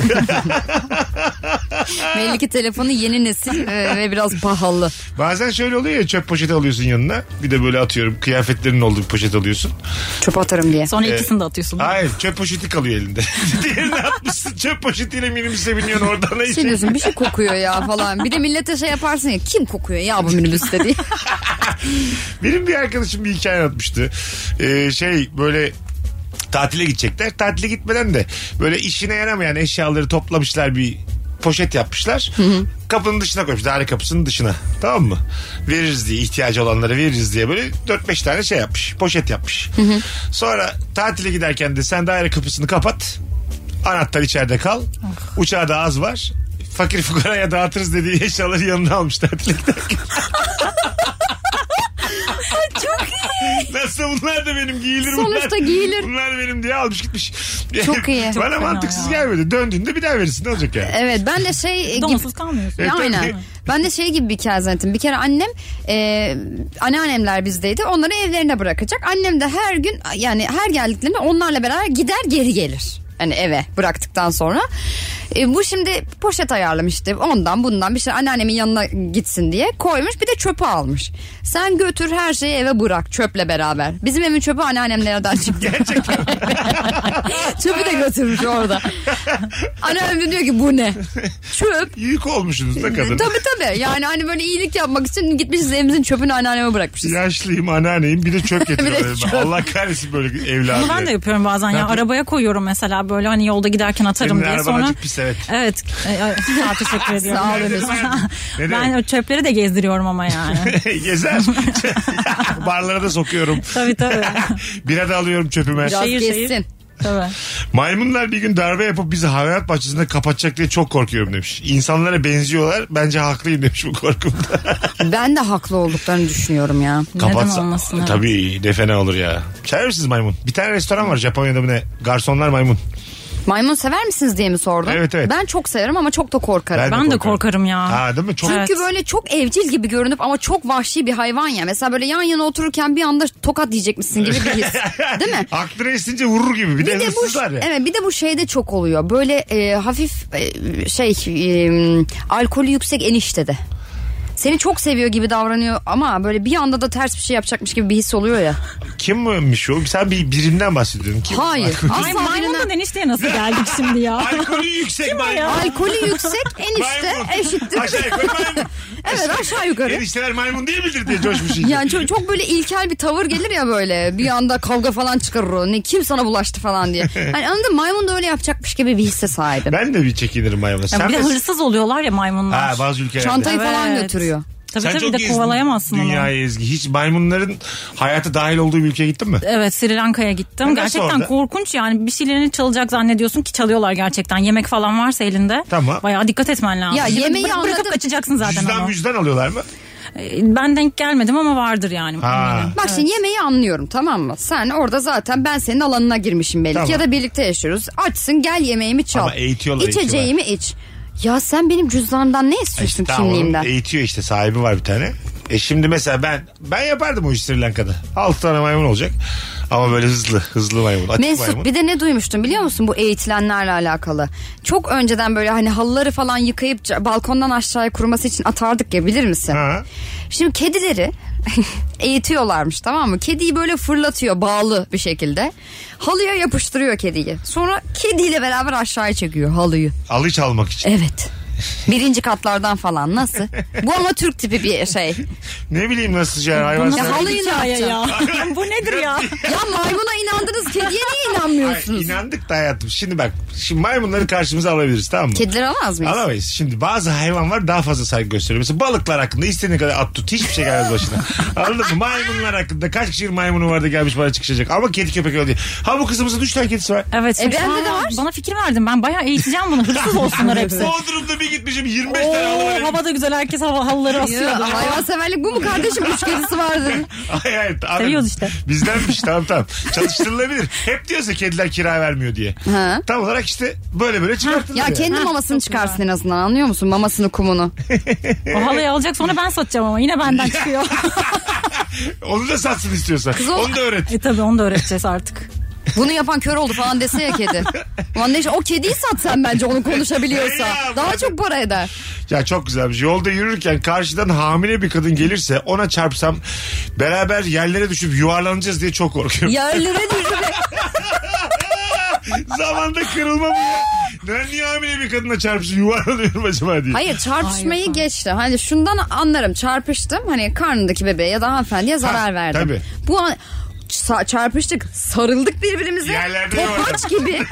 D: Belli ki telefonu yeni nesil e, ve biraz pahalı.
C: Bazen şöyle oluyor ya çöp poşeti alıyorsun yanına. Bir de böyle atıyorum kıyafetlerin olduğu bir poşet alıyorsun.
D: Çöp atarım diye.
C: E,
E: Sonra ikisini de atıyorsun.
C: Hayır çöp poşeti kalıyor elinde. Diğerini atmışsın çöp poşetiyle minibüse biniyorsun oradan.
D: Şey diyorsun bir şey kokuyor ya falan. Bir de millete şey yaparsın ya kim kokuyor ya bu minibüste diye.
C: Benim bir arkadaşım bir hikaye anlatmıştı. Ee, şey böyle tatile gidecekler. Tatile gitmeden de böyle işine yaramayan eşyaları toplamışlar bir poşet yapmışlar. Kapının dışına koymuşlar. Daire kapısının dışına. Tamam mı? Veririz diye ihtiyacı olanlara veririz diye böyle 4-5 tane şey yapmış. Poşet yapmış. Sonra tatile giderken de sen daire kapısını kapat. Anahtar içeride kal.
D: Ah.
C: Uçağa da az var. Fakir fukaraya dağıtırız dediği eşyaları yanına almış tatile giderken. Nasıl bunlar da benim giyilir
D: Sonuçta
C: bunlar.
D: giyilir.
C: Bunlar benim diye almış gitmiş.
D: Çok iyi. Çok Ee,
C: Bana
E: fena
C: mantıksız
E: ya.
C: gelmedi. Döndüğünde bir daha verirsin ne olacak yani.
D: Evet ben de şey gibi
E: Donsuz kalmıyorsun.
C: E,
D: Ya
C: tabii.
D: Aynen. Ben de şey gibi bir hikaye zannettim. Bir kere annem e, anneannemler bizdeydi. Onları evlerine bırakacak. Annem de her gün yani her geldiklerinde onlarla beraber gider geri gelir. Hani eve bıraktıktan sonra. E, bu şimdi poşet ayarlamıştı. Ondan bundan bir şey anneannemin yanına gitsin diye koymuş. Bir de çöpü almış. Sen götür her şeyi eve bırak çöple beraber. Bizim evin çöpü anneannemlerden çıktı.
C: Gerçekten.
D: çöpü de götürmüş orada. Anneannem de diyor ki bu ne? Çöp.
C: Yük olmuşsunuz da kadın.
D: Tabii tabii. Yani hani böyle iyilik yapmak için gitmişiz evimizin çöpünü anneanneme bırakmışız.
C: Yaşlıyım anneanneyim bir de çöp
D: Bir de
C: getiriyorlar.
D: çöp.
C: Allah kahretsin böyle evladı.
E: Bunu ben de yapıyorum bazen ya. Arabaya koyuyorum mesela böyle hani yolda giderken atarım
C: Senin
E: diye.
C: araban
E: Sonra
C: azıcık pis, evet.
E: Evet. E, e, sağ ol, teşekkür ediyorum.
D: Sağ ol
C: Ne
D: Enes.
C: demek? Ne
E: ben
C: demek?
E: o çöpleri de gezdiriyorum ama yani.
C: Gezer. Barlara da sokuyorum.
E: tabii tabii.
C: Bira da alıyorum çöpüme.
D: Biraz
E: Şehir, şehir.
D: gezsin.
E: tabii.
C: Maymunlar bir gün darbe yapıp bizi hayvanat bahçesinde kapatacak diye çok korkuyorum demiş. İnsanlara benziyorlar. Bence haklıyım demiş bu korkumda.
D: Ben de haklı olduklarını düşünüyorum ya.
E: Neden olmasın? evet.
C: Tabii ne fena olur ya. Sever misiniz maymun? Bir tane restoran var Japonya'da bu ne? Garsonlar maymun.
D: Maymun sever misiniz diye mi sordun?
C: Evet, evet.
D: Ben çok severim ama çok da korkarım.
C: Ben de
E: Ben de
C: korkarım.
E: korkarım ya.
C: Ha değil mi? Çok
D: Çünkü böyle çok evcil gibi görünüp ama çok vahşi bir hayvan ya. Mesela böyle yan yana otururken bir anda tokat yiyecekmişsin gibi bir his. Değil mi?
C: Aklına esince vurur gibi. Bir, de,
D: Bir de bu
C: hırsızlar ya.
D: evet bir de bu şeyde çok oluyor. Böyle e, hafif e, şey e, alkolü yüksek eniştede. Seni çok seviyor gibi davranıyor ama böyle bir anda da ters bir şey yapacakmış gibi bir his oluyor ya.
C: Kimmiş o? Sen bir birinden bahsediyorsun. Kim?
D: Hayır.
E: Ay
D: Asla birine-
E: maymundan enişteye nasıl geldik şimdi ya?
C: Alkolü yüksek maymun.
D: Alkolü yüksek enişte
C: Maymun. şey,
D: eşittir.
C: Aşağı yukarı maymun.
D: Evet aşağı yukarı.
C: Enişteler maymun değil midir diye coşmuş. iyice.
D: Yani çok, çok böyle ilkel bir tavır gelir ya böyle. Bir anda kavga falan çıkarır o. Ne kim sana bulaştı falan diye. Yani anladın mı? maymun da öyle yapacakmış gibi bir hisse sahibim.
C: Ben de bir çekinirim maymuna.
E: Ya
C: Sen
E: bir de
C: de-
E: hırsız oluyorlar ya maymunlar.
C: Ha bazı ülkelerde.
D: Çantayı Şey falan
E: Evet.
D: götürüyor.
E: Tabii
C: Sen
E: tabii,
C: çok
E: bir de
C: gezdin
E: kovalayamazsın onu.
C: Dünyayı ezgi. Hiç maymunların hayata dahil olduğu bir ülkeye gittin mi?
E: Evet Sri Lanka'ya gittim.
C: Nasıl
E: gerçekten
C: orada?
E: korkunç yani bir şeylerini çalacak zannediyorsun ki çalıyorlar gerçekten. Yemek falan varsa elinde.
C: Tamam.
E: Bayağı dikkat etmen lazım.
D: Ya yemeği
E: Bırak-
D: anladım.
E: Bırakıp kaçacaksın zaten
C: Cüzdan
E: onu.
C: müzdan alıyorlar mı?
E: Ee, Ben denk gelmedim ama vardır yani.
C: Ha.
E: eminim.
D: Bak şimdi yemeği anlıyorum tamam mı? Sen orada zaten ben senin alanına girmişim belki
C: Tamam.
D: ya da birlikte yaşıyoruz. Açsın gel yemeğimi çal.
C: Ama eğitiyorlar,
D: İçeceğimi iç. Ya sen benim cüzdanımdan ne istiyorsun
C: İşte E tamam,
D: kimliğimden?
C: onun Eğitiyor işte sahibi var bir tane. E şimdi mesela ben ben yapardım o işi Sri Lanka'da. 6 tane maymun olacak. Ama böyle hızlı hızlı maymun. Açık maymun.
D: Mesut bir de ne duymuştum biliyor musun bu eğitilenlerle alakalı? Çok önceden böyle hani halıları falan yıkayıp ca- balkondan aşağıya kuruması için atardık ya bilir misin?
C: Ha.
D: Şimdi kedileri eğitiyorlarmış tamam mı? Kediyi böyle fırlatıyor bağlı bir şekilde. Halıya yapıştırıyor kediyi. Sonra kediyle beraber aşağıya çekiyor halıyı.
C: Alı çalmak için.
D: Evet. Birinci katlardan falan nasıl? Bu ama Türk tipi bir şey.
C: Ne bileyim nasıl yani hayvan.
E: Nasıl
C: sever-
E: bir
D: halıyı ne
E: hikaye ya? Bu nedir ya?
D: Ya maymuna inandınız kediye niye
C: Hayır,
D: inanmıyorsunuz?
C: inandık da hayatım. Şimdi bak şimdi maymunları karşımıza alabiliriz tamam mı?
D: Kedileri alamaz mıyız?
C: Alamayız. Şimdi bazı hayvan var daha fazla saygı gösteriyor. Mesela balıklar hakkında istediğin kadar at tut. Hiçbir şey gelmez başına. Anladın mı? Maymunlar hakkında kaç kişi maymunu vardı gelmiş bana çıkışacak. Ama kedi köpek öyle değil. Ha bu kızımızın üç tane kedisi var.
E: Evet.
D: E, bende de
E: Aa,
D: var.
E: Bana fikir verdin. Ben bayağı eğiteceğim bunu. Hırsız olsunlar hepsi.
C: Bodrum'da bir gitmişim 25 tane halı var.
E: Oo, hava da güzel. Herkes hava halıları asıyordu.
D: Ya, hayvanseverlik bu mu kardeşim? Üç kedisi vardı.
C: Hayır hayır. Abi,
E: Seviyoruz işte.
C: Bizdenmiş tamam tamam. Çalıştırılabilir. Hep diyorsa kediler kira vermiyor diye.
D: Ha.
C: Tam olarak işte böyle böyle çıkartılır.
D: Ya
C: yani.
D: kendi
E: Ha,
D: mamasını
E: çok
D: çıkarsın en azından anlıyor musun? Mamasını kumunu.
E: O halıyı alacak sonra ben satacağım ama. Yine benden çıkıyor.
C: Onu da satsın istiyorsa.
D: o-
C: Onu da öğret.
E: e tabii onu da öğreteceğiz artık.
D: Bunu yapan kör oldu falan dese ya kedi. Ulan ne iş- o kediyi sat sen bence onu konuşabiliyorsa.
C: Ya,
D: Daha çok para eder.
C: Ya çok güzelmiş. Yolda yürürken karşıdan hamile bir kadın gelirse ona çarpsam beraber yerlere düşüp yuvarlanacağız diye çok korkuyorum.
D: Yerlere düşüre.
C: Zamanda kırılma bu ya. Ben niye hamile bir kadına çarpsın yuvarlanıyorum acaba diye.
D: Hayır çarpışmayı geçti. Hani şundan anlarım çarpıştım. Hani karnındaki bebeğe ya da hanımefendiye zarar
C: Ha,
D: verdim.
C: tabii.
D: Bu an Sa- çarpıştık sarıldık birbirimize
C: Yerlerde
D: topaç gibi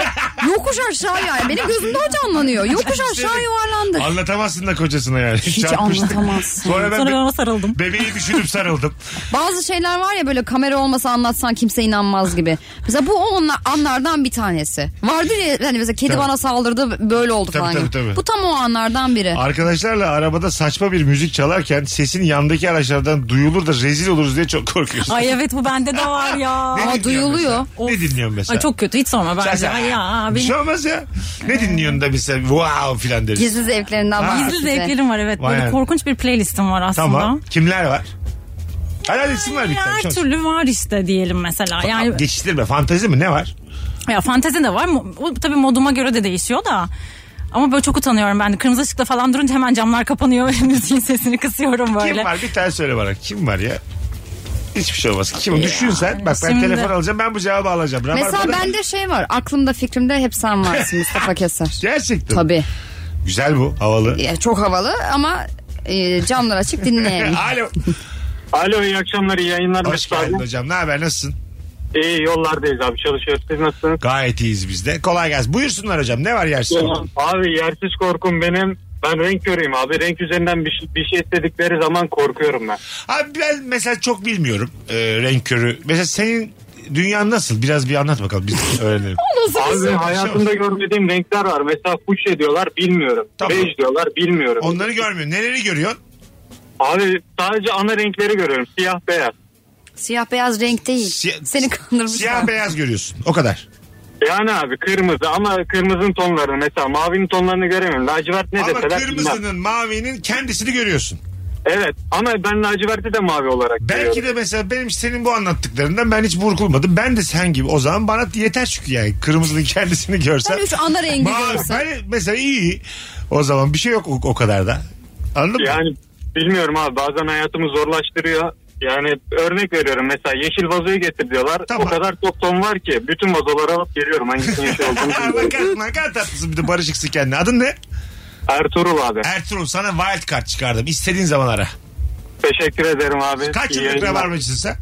D: yokuş aşağı yani benim gözümde o canlanıyor yokuş aşağı yuvarlandık
C: Anlatamazsın da kocasına yani.
D: hiç
C: Çarpıştık.
D: anlatamazsın
C: Sonra ben,
E: Sonra ben ona sarıldım.
C: bebeği düşünüp sarıldım.
D: Bazı şeyler var ya böyle kamera olmasa anlatsan kimse inanmaz gibi. Mesela bu o onlar, anlardan bir tanesi. Vardır ya hani mesela kedi
C: Tabii.
D: bana saldırdı böyle oldu
C: Tabii,
D: falan.
C: tabii,
D: gibi.
C: tabii.
D: Bu tam o anlardan biri.
C: Arkadaşlarla arabada saçma bir müzik çalarken sesin yandaki araçlardan duyulur da rezil oluruz diye çok korkuyorsun.
E: Ay evet bu bende de var ya.
C: Ne
D: Aa,
C: dinliyorsun
D: duyuluyor.
C: mesela? Ne dinliyorsun mesela?
E: Ay çok kötü hiç sorma
C: Sen-
E: bence.
C: sen-
E: Ay ya
C: Bir
E: benim
C: şey olmaz ya. Ne dinliyorsun da mesela wow filan deriz.
D: Gizli zevklerinden
C: Ha.
D: bahsediyor.
E: gizli zevklerim var evet.
C: Vay
E: Böyle
C: yani.
E: korkunç bir playlistim var aslında.
C: Tamam. Kimler var? Herhalde isim var bir
E: Ya,
C: tane.
E: Her
C: Çok-
E: türlü var işte diyelim mesela. Yani
C: Geçiştirme. Fantezi mi? Ne var?
E: ya fantezi de var. Mo- O tabii moduma göre de değişiyor da. Ama böyle çok utanıyorum ben de. Kırmızı ışıkta falan durunca hemen camlar kapanıyor. Müziğin sesini kısıyorum böyle.
C: Kim var? Bir tane söyle bana. Kim var ya? Hiçbir şey olmaz. Kim? Düşün sen. Bak ben
E: Şimdi-
C: telefon alacağım. Ben bu cevabı alacağım.
D: Mesela
C: Rabarba'da-
D: bende şey var. Aklımda fikrimde hep sen varsın Mustafa Keser.
C: Gerçekten.
D: Tabii.
C: Güzel bu. Havalı.
D: Ya, çok havalı ama e, camlar açık dinleyelim.
C: E, Alo.
F: Alo iyi akşamlar iyi yayınlar.
C: Hoş geldin hocam. Ne haber? Nasılsın?
F: İyi yollardayız abi çalışıyoruz. Siz nasılsınız?
C: Gayet iyiyiz biz de. Kolay gelsin. Buyursunlar hocam. Ne var yersin?
F: Abi yersiz korkum benim. Ben renk körüyüm abi. Renk üzerinden bir, şey- bir şey istedikleri zaman korkuyorum ben.
C: Abi ben mesela çok bilmiyorum e, renk körü. Mesela senin dünyan nasıl? Biraz bir anlat bakalım biz öğrenelim.
F: Abi hayatımda görmediğim renkler var. Mesela fuşya diyorlar bilmiyorum.
C: Tamam.
F: Bej diyorlar bilmiyorum.
C: Onları görmüyorum. Neleri görüyorsun?
F: Abi sadece ana renkleri görüyorum. Siyah beyaz.
D: Siyah beyaz renk değil.
C: Siyah-
D: Seni kandırmışlar.
C: Siyah beyaz görüyorsun. O kadar.
F: Yani abi kırmızı ama kırmızının tonlarını mesela mavinin tonlarını göremiyorum. Lacivert ne
C: Ama
F: deseler
C: kırmızının,
F: bilmem.
C: mavinin kendisini görüyorsun.
F: Evet ama ben laciverti de mavi olarak
C: Belki
F: görüyorum.
C: de mesela benim senin bu anlattıklarından ben hiç burkulmadım. Ben de sen gibi. O zaman bana yeter çünkü yani. Kırmızının kendisini
D: Sen
C: görsem.
D: üç ana rengi
C: Mavi,
D: görsen.
C: ben mesela iyi. O zaman bir şey yok o, o kadar da. Anladın mı?
F: Yani bilmiyorum abi bazen hayatımı zorlaştırıyor. Yani örnek veriyorum mesela yeşil vazoyu getir diyorlar.
C: Tamam.
F: O kadar çok ton var ki bütün vazoları alıp geliyorum hangisinin yeşil şey olduğunu bilmiyorum.
C: Bakar, bakar tatlısın bir de barışıksın kendine. Adın ne?
F: Ertuğrul abi.
C: Ertuğrul sana wild card çıkardım. İstediğin zaman ara.
F: Teşekkür ederim abi.
C: Kaç
F: İyi
C: yıllık
F: yayınlar.
C: rabarbacısın sen?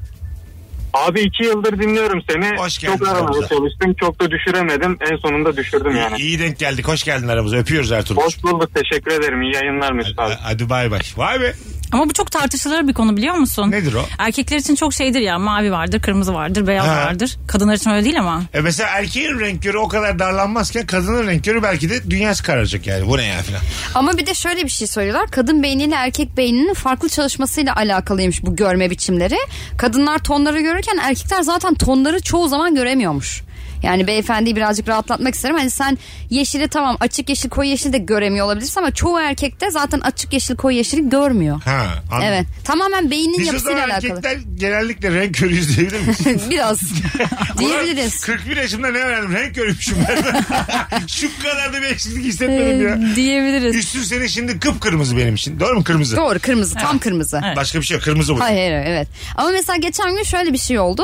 F: Abi iki yıldır dinliyorum seni.
C: Hoş geldin
F: çok aramaya
C: aramıza.
F: çalıştım. Çok da düşüremedim. En sonunda düşürdüm yani.
C: İyi denk geldik. Hoş geldin aramıza. Öpüyoruz Ertuğrul.
F: Hoş bulduk. Teşekkür ederim. İyi yayınlar Mesut abi.
C: Hadi bay bay. Vay be.
E: Ama bu çok tartışılır bir konu biliyor musun?
C: Nedir o?
E: Erkekler için çok şeydir ya mavi vardır, kırmızı vardır, beyaz
C: Ha.
E: vardır. Kadınlar için öyle değil ama.
C: E mesela erkeğin renk körü o kadar darlanmazken kadının renk körü belki de dünyası kararacak yani. Bu ne ya filan.
D: Ama bir de şöyle bir şey söylüyorlar. Kadın beyniyle erkek beyninin farklı çalışmasıyla alakalıymış bu görme biçimleri. Kadınlar tonları görürken erkekler zaten tonları çoğu zaman göremiyormuş. Yani beyefendiyi birazcık rahatlatmak isterim. Hani sen yeşili tamam açık yeşil koyu yeşil de göremiyor olabilirsin ama çoğu erkekte zaten açık yeşil koyu yeşili görmüyor.
C: Ha, anladım.
D: Evet. Tamamen beynin
C: Biz o zaman
D: yapısıyla alakalı.
C: erkekler genellikle renk körüyüz diyebilir miyiz?
D: Biraz
C: Ulan
D: diyebiliriz.
C: 41 yaşımda ne öğrendim? Renk körüymüşüm ben. Şu kadar da bir eksiklik hissetmedim ya.
D: Hmm.
E: Ee, diyebiliriz.
C: Üstün seni şimdi kıpkırmızı benim için. Doğru mu kırmızı?
D: Doğru kırmızı tam kırmızı.
C: Başka bir şey yok. Kırmızı bu.
D: Hayır hayır, evet. Ama mesela geçen gün şöyle bir şey oldu.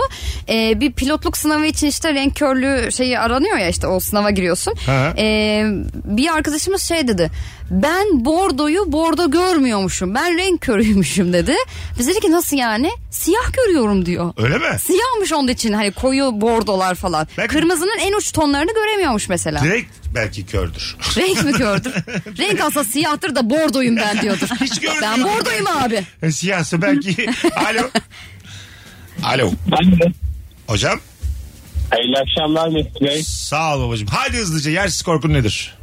D: Ee, bir pilotluk sınavı için işte renk körlüğü şeyi aranıyor ya işte o sınava giriyorsun.
C: Ha.
D: Ee, bir arkadaşımız şey dedi. Ben bordoyu bordo görmüyormuşum. Ben renk körüymüşüm dedi. Biz dedik ki nasıl yani? Siyah görüyorum diyor.
C: Öyle mi?
D: Siyahmış onun için hani koyu bordolar falan.
C: Belki-
D: Kırmızının en uç tonlarını göremiyormuş mesela.
C: Direkt belki kördür.
D: Renk mi gördün? Renk aslında siyahtır da bordoyum ben diyordur.
C: Hiç görmüyorum.
D: ben bordoyum abi.
C: E, Siyahsa belki. Alo. Alo. Hocam
F: Hayırlı akşamlar Mesut Bey.
C: sağ ol babacığım. Hadi hızlıca yersiz korkun nedir?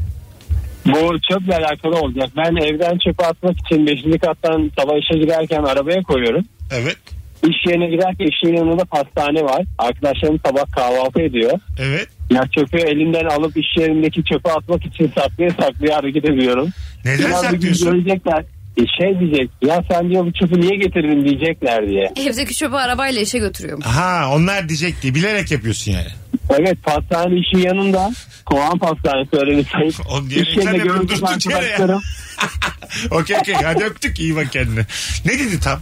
F: Bu çöple alakalı olacak. Ben evden çöpe atmak için 5. kattan sabah işe giderken arabaya koyuyorum.
C: Evet.
F: İş yerine giderken işin yanında pastane var. Arkadaşlarım sabah kahvaltı ediyor.
C: Evet.
F: Ya çöpü elimden alıp iş yerindeki çöpe atmak için saklaya saklaya hareket ediyorum.
C: Neden
F: ya bir gün
C: saklıyorsun?
F: görecekler. E, şey diyecek. Ya sen diyor bu çöpü niye getirdin diyecekler diye.
D: Evdeki çöpü arabayla işe götürüyormuş.
C: Ha onlar diyecek diye bilerek yapıyorsun yani.
F: Evet pastane işin yanında. Kovan pastanesi öğrenirsen.
C: Oğlum diğer
F: İş
C: insan da
F: yerinde
C: böyle
F: gördüğüm
C: durduk yere ya.
F: arkadaşlarım.
C: Okey okey hadi öptük iyi bak kendine. Ne dedi tam?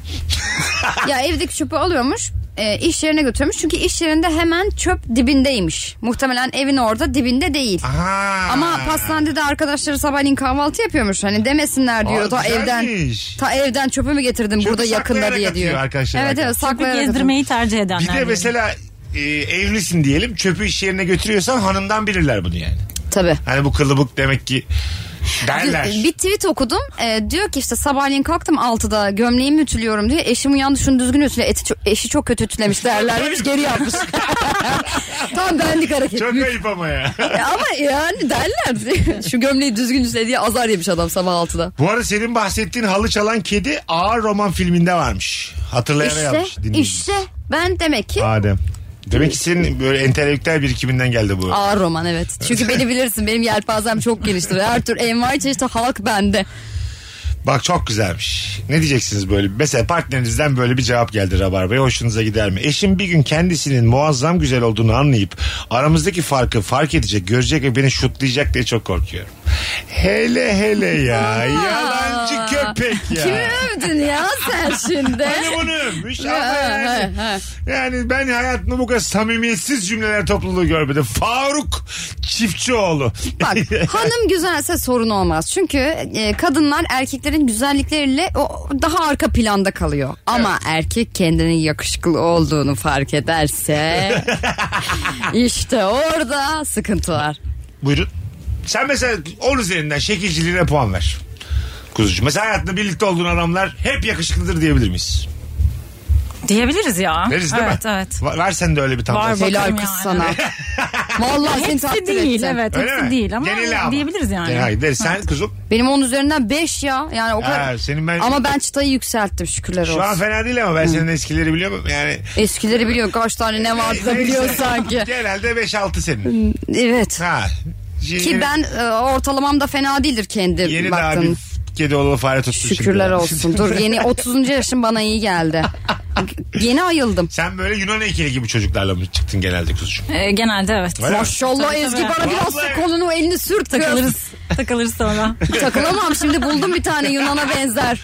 D: Ya evdeki çöpü alıyormuş e, iş yerine götürmüş çünkü iş yerinde hemen çöp dibindeymiş. Muhtemelen evin orada dibinde değil.
C: Aha.
D: Ama pastanede arkadaşları sabahleyin kahvaltı yapıyormuş. Hani demesinler diyor
C: Aa,
D: ta evden.
C: güzelmiş.
D: Ta evden çöpü mü getirdin
C: Çöpü
D: burada yakında
C: saklayarak
D: diye
C: atıyor
D: diyor.
C: arkadaşlar
D: Evet evet
C: arkadaşlar.
E: Çöpü
D: saklayarak
E: gezdirmeyi tercih edenler.
C: Bir de
E: diyelim.
C: mesela e, evlisin diyelim çöpü iş yerine götürüyorsan hanımdan bilirler bunu yani.
D: atıyor. Tabii.
C: Hani bu kılıbık demek ki derler.
D: Bir tweet okudum. Ee, diyor ki işte sabahleyin kalktım 6'da gömleğimi ütülüyorum diye. Eşim uyandı şunu düzgün ütüle. Eti çok- eşi çok kötü ütülemiş derler demiş geri yapmış. Tam benlik hareket.
C: Çok ayıp ama ya.
D: E ama yani derler. Şu gömleği düzgün ütüle diye azar yemiş adam sabah 6'da.
C: bu arada senin bahsettiğin halı çalan kedi ağır roman filminde varmış. Hatırlayana
D: İşte,
C: yapmış. dinleyici.
D: işte ben demek ki
C: Adem. Demek ki senin böyle entelektüel birikiminden geldi bu.
D: ağır roman evet. Çünkü beni bilirsin benim yelpazem çok geniştir. Her tür envai çeşitli halk bende.
C: Bak çok güzelmiş. Ne diyeceksiniz böyle? Mesela partnerinizden böyle bir cevap geldi Rabarba'ya. Hoşunuza gider mi? Eşim bir gün kendisinin muazzam güzel olduğunu anlayıp aramızdaki farkı fark edecek, görecek ve beni şutlayacak diye çok korkuyorum. Hele hele ya. yalancı köpek ya.
D: Kimi övdün ya sen şimdi?
C: Hani bunu övmüş ama
D: Ha,
C: yani.
D: ha, ha.
C: Yani ben hayatımda bu kadar samimiyetsiz cümleler topluluğu görmedim. Faruk Çiftçioğlu.
D: Bak hanım güzelse sorun olmaz. Çünkü e, kadınlar erkeklerin güzellikleriyle o daha arka planda kalıyor. Ama erkek kendinin yakışıklı olduğunu fark ederse işte orada sıkıntı var.
C: Buyurun. Sen mesela 10 üzerinden şekilciliğine puan ver. Kuzucuğum. Mesela hayatında birlikte olduğun adamlar hep yakışıklıdır diyebilir miyiz?
E: Diyebiliriz ya.
C: Veririz değil
E: Ah, evet
C: mi?
E: evet.
C: Va- Ver sen de öyle bir tam.
E: Var
C: tersi.
E: bak-
D: Helal
E: Bakarım
D: kız
E: yani.
D: sana. Vallahi seni
E: Hepsi
D: takdir
E: değil
D: ettim.
E: evet
C: Öyle
E: hepsi
C: mi?
E: değil ama,
C: Geneli
E: diyebiliriz yani.
C: Genel- hayır, de- sen kuzum.
D: Benim 10 üzerinden 5 ya. Yani o kadar.
C: Ha, senin ben-
D: Ama ben çıtayı yükselttim şükürler olsun.
C: Şu an fena değil ama ben senin eskileri biliyorum. Yani
D: Eskileri biliyor kaç tane ne vardı da biliyor sanki.
C: Genelde 5-6 senin.
D: Evet.
C: Ha. Şimdi
D: Ki ben e, ortalamam da fena değildir kendi
C: yeni daha
D: baktığım.
C: bir kedi oğlu fare tuttu şimdi.
D: Şükürler olsun. Dur yeni 30. yaşım bana iyi geldi. Yeni ayıldım.
C: Sen böyle Yunan heykeli gibi çocuklarla mı çıktın genelde kuzucuğum?
E: Ee, genelde evet.
C: Öyle mi?
D: Maşallah
E: Tabii,
D: Ezgi
E: tabii.
D: bana biraz da
C: Vallahi.
D: kolunu elini sürt. kız.
E: Takılırız. Takılırız sonra.
D: Takılamam şimdi buldum bir tane Yunan'a benzer.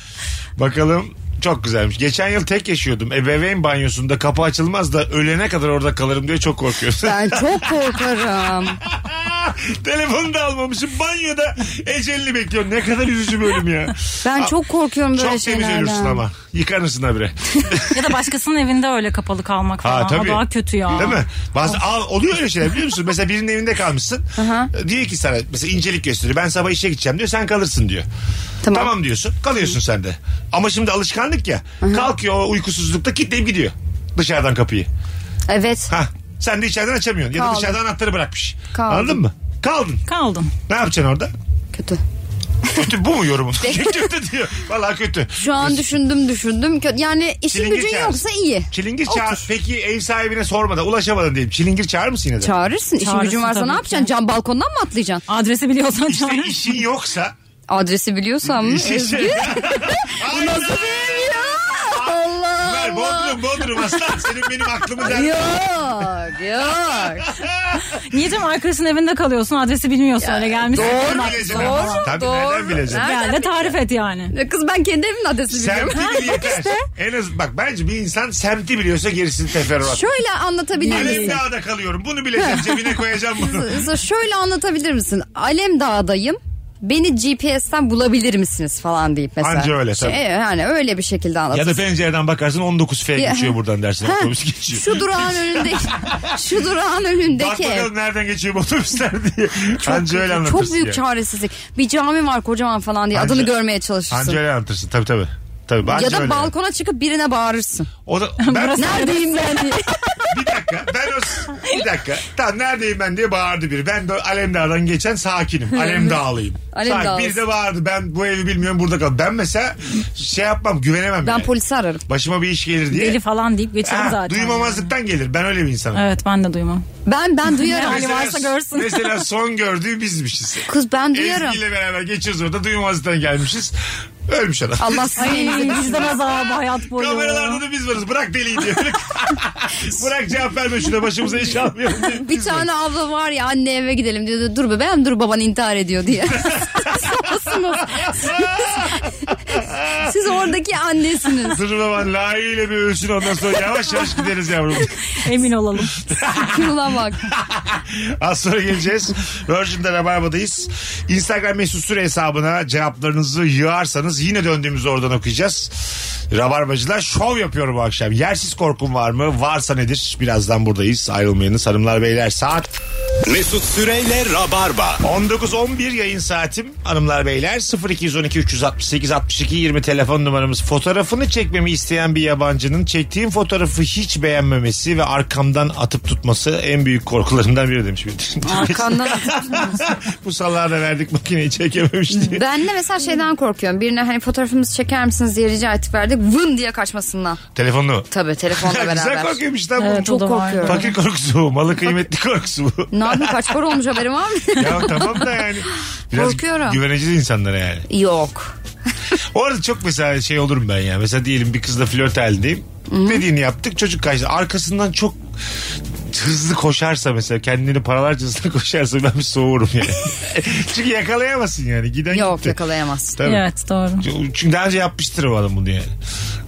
C: Bakalım çok güzelmiş. Geçen yıl tek yaşıyordum. Ebeveyn banyosunda kapı açılmaz da ölene kadar orada kalırım diye çok korkuyorsun.
D: Ben çok korkarım.
C: Telefonu da almamışım. Banyoda ecelini bekliyorum. Ne kadar üzücü bölüm ya.
D: Ben
C: Aa,
D: çok korkuyorum böyle
C: Çok temiz
D: şeylerden.
C: ölürsün ama. Yıkanırsın habire.
E: ya da başkasının evinde öyle kapalı kalmak falan.
C: Ha, tabii.
E: O daha kötü ya.
C: Değil mi? Bazı Aa, oluyor öyle şeyler biliyor musun? Mesela birinin evinde kalmışsın. E, diyor ki sana mesela incelik gösteriyor. Ben sabah işe gideceğim diyor. Sen kalırsın diyor. Tamam,
D: Tamam.
C: diyorsun. Kalıyorsun sen de. Ama şimdi alışkanlık ya. Kalkıyor o uykusuzlukta kilitleyip gidiyor. Dışarıdan kapıyı.
D: Evet.
C: Ha. Sen de içeriden açamıyorsun. Ya da
D: Kaldım.
C: dışarıdan anahtarı bırakmış.
D: Kaldım.
C: Anladın mı? Kaldın.
E: Kaldım.
C: Ne yapacaksın orada?
D: Kötü.
C: Kötü bu mu yorumun? kötü diyor. Vallahi kötü.
D: Şu an düşündüm düşündüm. Kö- Yani işin
C: Çilingir
D: gücün yoksa
C: çağırırsın.
D: iyi.
C: Çilingir çağır. Peki ev sahibine sormadan ulaşamadın diyeyim. Çilingir çağır mısın yine de?
D: Çağırırsın. İşin
E: Çağırırsın
D: gücün varsa
E: tabii
D: ne
E: ki.
D: yapacaksın? Cam balkondan mı atlayacaksın?
E: Adresi biliyorsan
C: İşte
E: çağır.
C: işin yoksa.
D: Adresi biliyorsam
C: İşin-
D: Ezgi.
C: Aynen.
D: Nasıl bilmiyor? Allah
C: Ver
D: Allah.
C: Bodrum Bodrum aslan senin benim aklımı der.
D: Yok yok.
E: Niye canım arkadaşın evinde kalıyorsun adresi bilmiyorsun öyle gelmişsin.
C: Doğru
E: Bak,
C: bileceksin.
D: doğru,
C: Tabii
D: doğru.
C: nereden bileceksin?
D: Nereden
E: Gel de tarif et yani.
D: Ya Kız ben kendi evimin adresini biliyorum.
C: Semti bil yeter. En az bak bence bir insan semti biliyorsa gerisini teferruat.
D: Şöyle anlatabilir misin?
C: Alemdağ'da kalıyorum. Bunu bileceğim. Cebine koyacağım bunu.
D: Mesela şöyle anlatabilir misin? Alem Dağ'dayım. Beni GPS'ten bulabilir misiniz falan deyip mesela.
C: Anca öyle tabii.
D: Şey, yani öyle bir şekilde
C: ya
D: anlatır.
C: da pencereden bakarsın 19 F
D: Ya-
C: geçiyor buradan dersin.
D: Ha,
C: Otobüs geçiyor.
D: Şu durağın önündeki şu durağın
C: Bak
D: önündeki ev.
C: bakalım nereden geçiyor bu otobüsler diye. Anca öyle anlatırsın.
D: Çok büyük
C: yani.
D: çaresizlik. Bir cami var kocaman falan diye
C: Anca-
D: adını görmeye çalışırsın.
C: Anca öyle anlatırsın. Tabii tabii. Tabii, anca
D: ya da
C: öyle.
D: balkona çıkıp birine bağırırsın.
C: O da, ben,
D: Neredeyim ben diye.
C: bir dakika. Ben o, bir dakika. Tamam neredeyim ben diye bağırdı biri. Ben de Alemdağ'dan geçen sakinim. Alemdağlıyım.
D: Alemdağlısın.
C: Sakin. Biri de bağırdı. Ben bu evi bilmiyorum burada kal. Ben mesela şey yapmam güvenemem.
D: ben
C: yani.
D: polisi ararım.
C: Başıma bir iş gelir diye.
E: Deli falan deyip geçerim
C: Ha,
E: zaten.
C: duymamazlıktan gelir. Ben öyle bir insanım.
E: Evet ben de duymam.
D: Ben ben duyarım.
E: Yani
C: Mesela-
E: varsa görsün.
C: Mesela son gördüğü bizmişiz.
D: Kız ben duyarım.
C: Ezgi ile beraber geçiyoruz orada duymamazlıktan gelmişiz. Ölmüş adam.
D: Allah sizi
E: Ay vicdan azabı hayat boyu.
C: Kameralarda da biz varız. Bırak deliyi diye. Bırak cevap verme şuna başımıza iş almayalım diye.
D: Bir tane abla var ya anne eve gidelim diyordu. Dur bebeğim dur baban intihar ediyor diye. Sağolsunuz. Siz- Siz oradaki annesiniz.
C: Dur baban layığıyla bir ölsün ondan sonra yavaş yavaş gideriz yavrum.
E: Emin olalım.
D: Kula bak.
C: Az sonra geleceğiz. Virgin'de Rabarba'dayız. Instagram mesut süre hesabına cevaplarınızı yığarsanız yine döndüğümüzde oradan okuyacağız. Rabarbacılar şov yapıyor bu akşam. Yersiz korkum var mı? Varsa nedir? Birazdan buradayız. Ayrılmayınız hanımlar beyler. Saat
B: Mesut Süreyle Rabarba.
C: 19-11 yayın saatim hanımlar beyler 0212 368 62 20 telefon numaramız fotoğrafını çekmemi isteyen bir yabancının çektiğim fotoğrafı hiç beğenmemesi ve arkamdan atıp tutması en büyük korkularından biri demiş bir
D: Arkandan.
C: bu salağa da verdik makineyi çekememiş diye.
D: Ben de mesela şeyden korkuyorum. Birine hani fotoğrafımızı çeker misiniz diye rica ettik verdik. Vın diye kaçmasından.
C: Telefonlu.
D: Tabii telefonla beraber.
C: Güzel korkuyormuş lan bu.
E: Evet,
D: Çok
E: O da var.
D: korkuyorum.
C: Fakir korkusu bu. Malı kıymetli korkusu bu.
D: Ne yapayım kaç para olmuş haberim var mı?
C: ya tamam da yani. Biraz
D: Korkuyorum.
C: güveneceğiz insanlara yani.
D: Yok.
C: O arada çok mesela şey olurum ben ya. Mesela diyelim bir kızla flört halindeyim. Dediğini yaptık çocuk kaçtı. Arkasından çok hızlı koşarsa mesela kendini paralarcasına koşarsa ben bir soğurum yani. Çünkü yakalayamazsın yani. Giden
D: Yok
C: gitti.
D: yakalayamazsın.
C: Tabii.
E: Evet doğru.
C: Çünkü daha önce yapmıştır o adam bunu yani.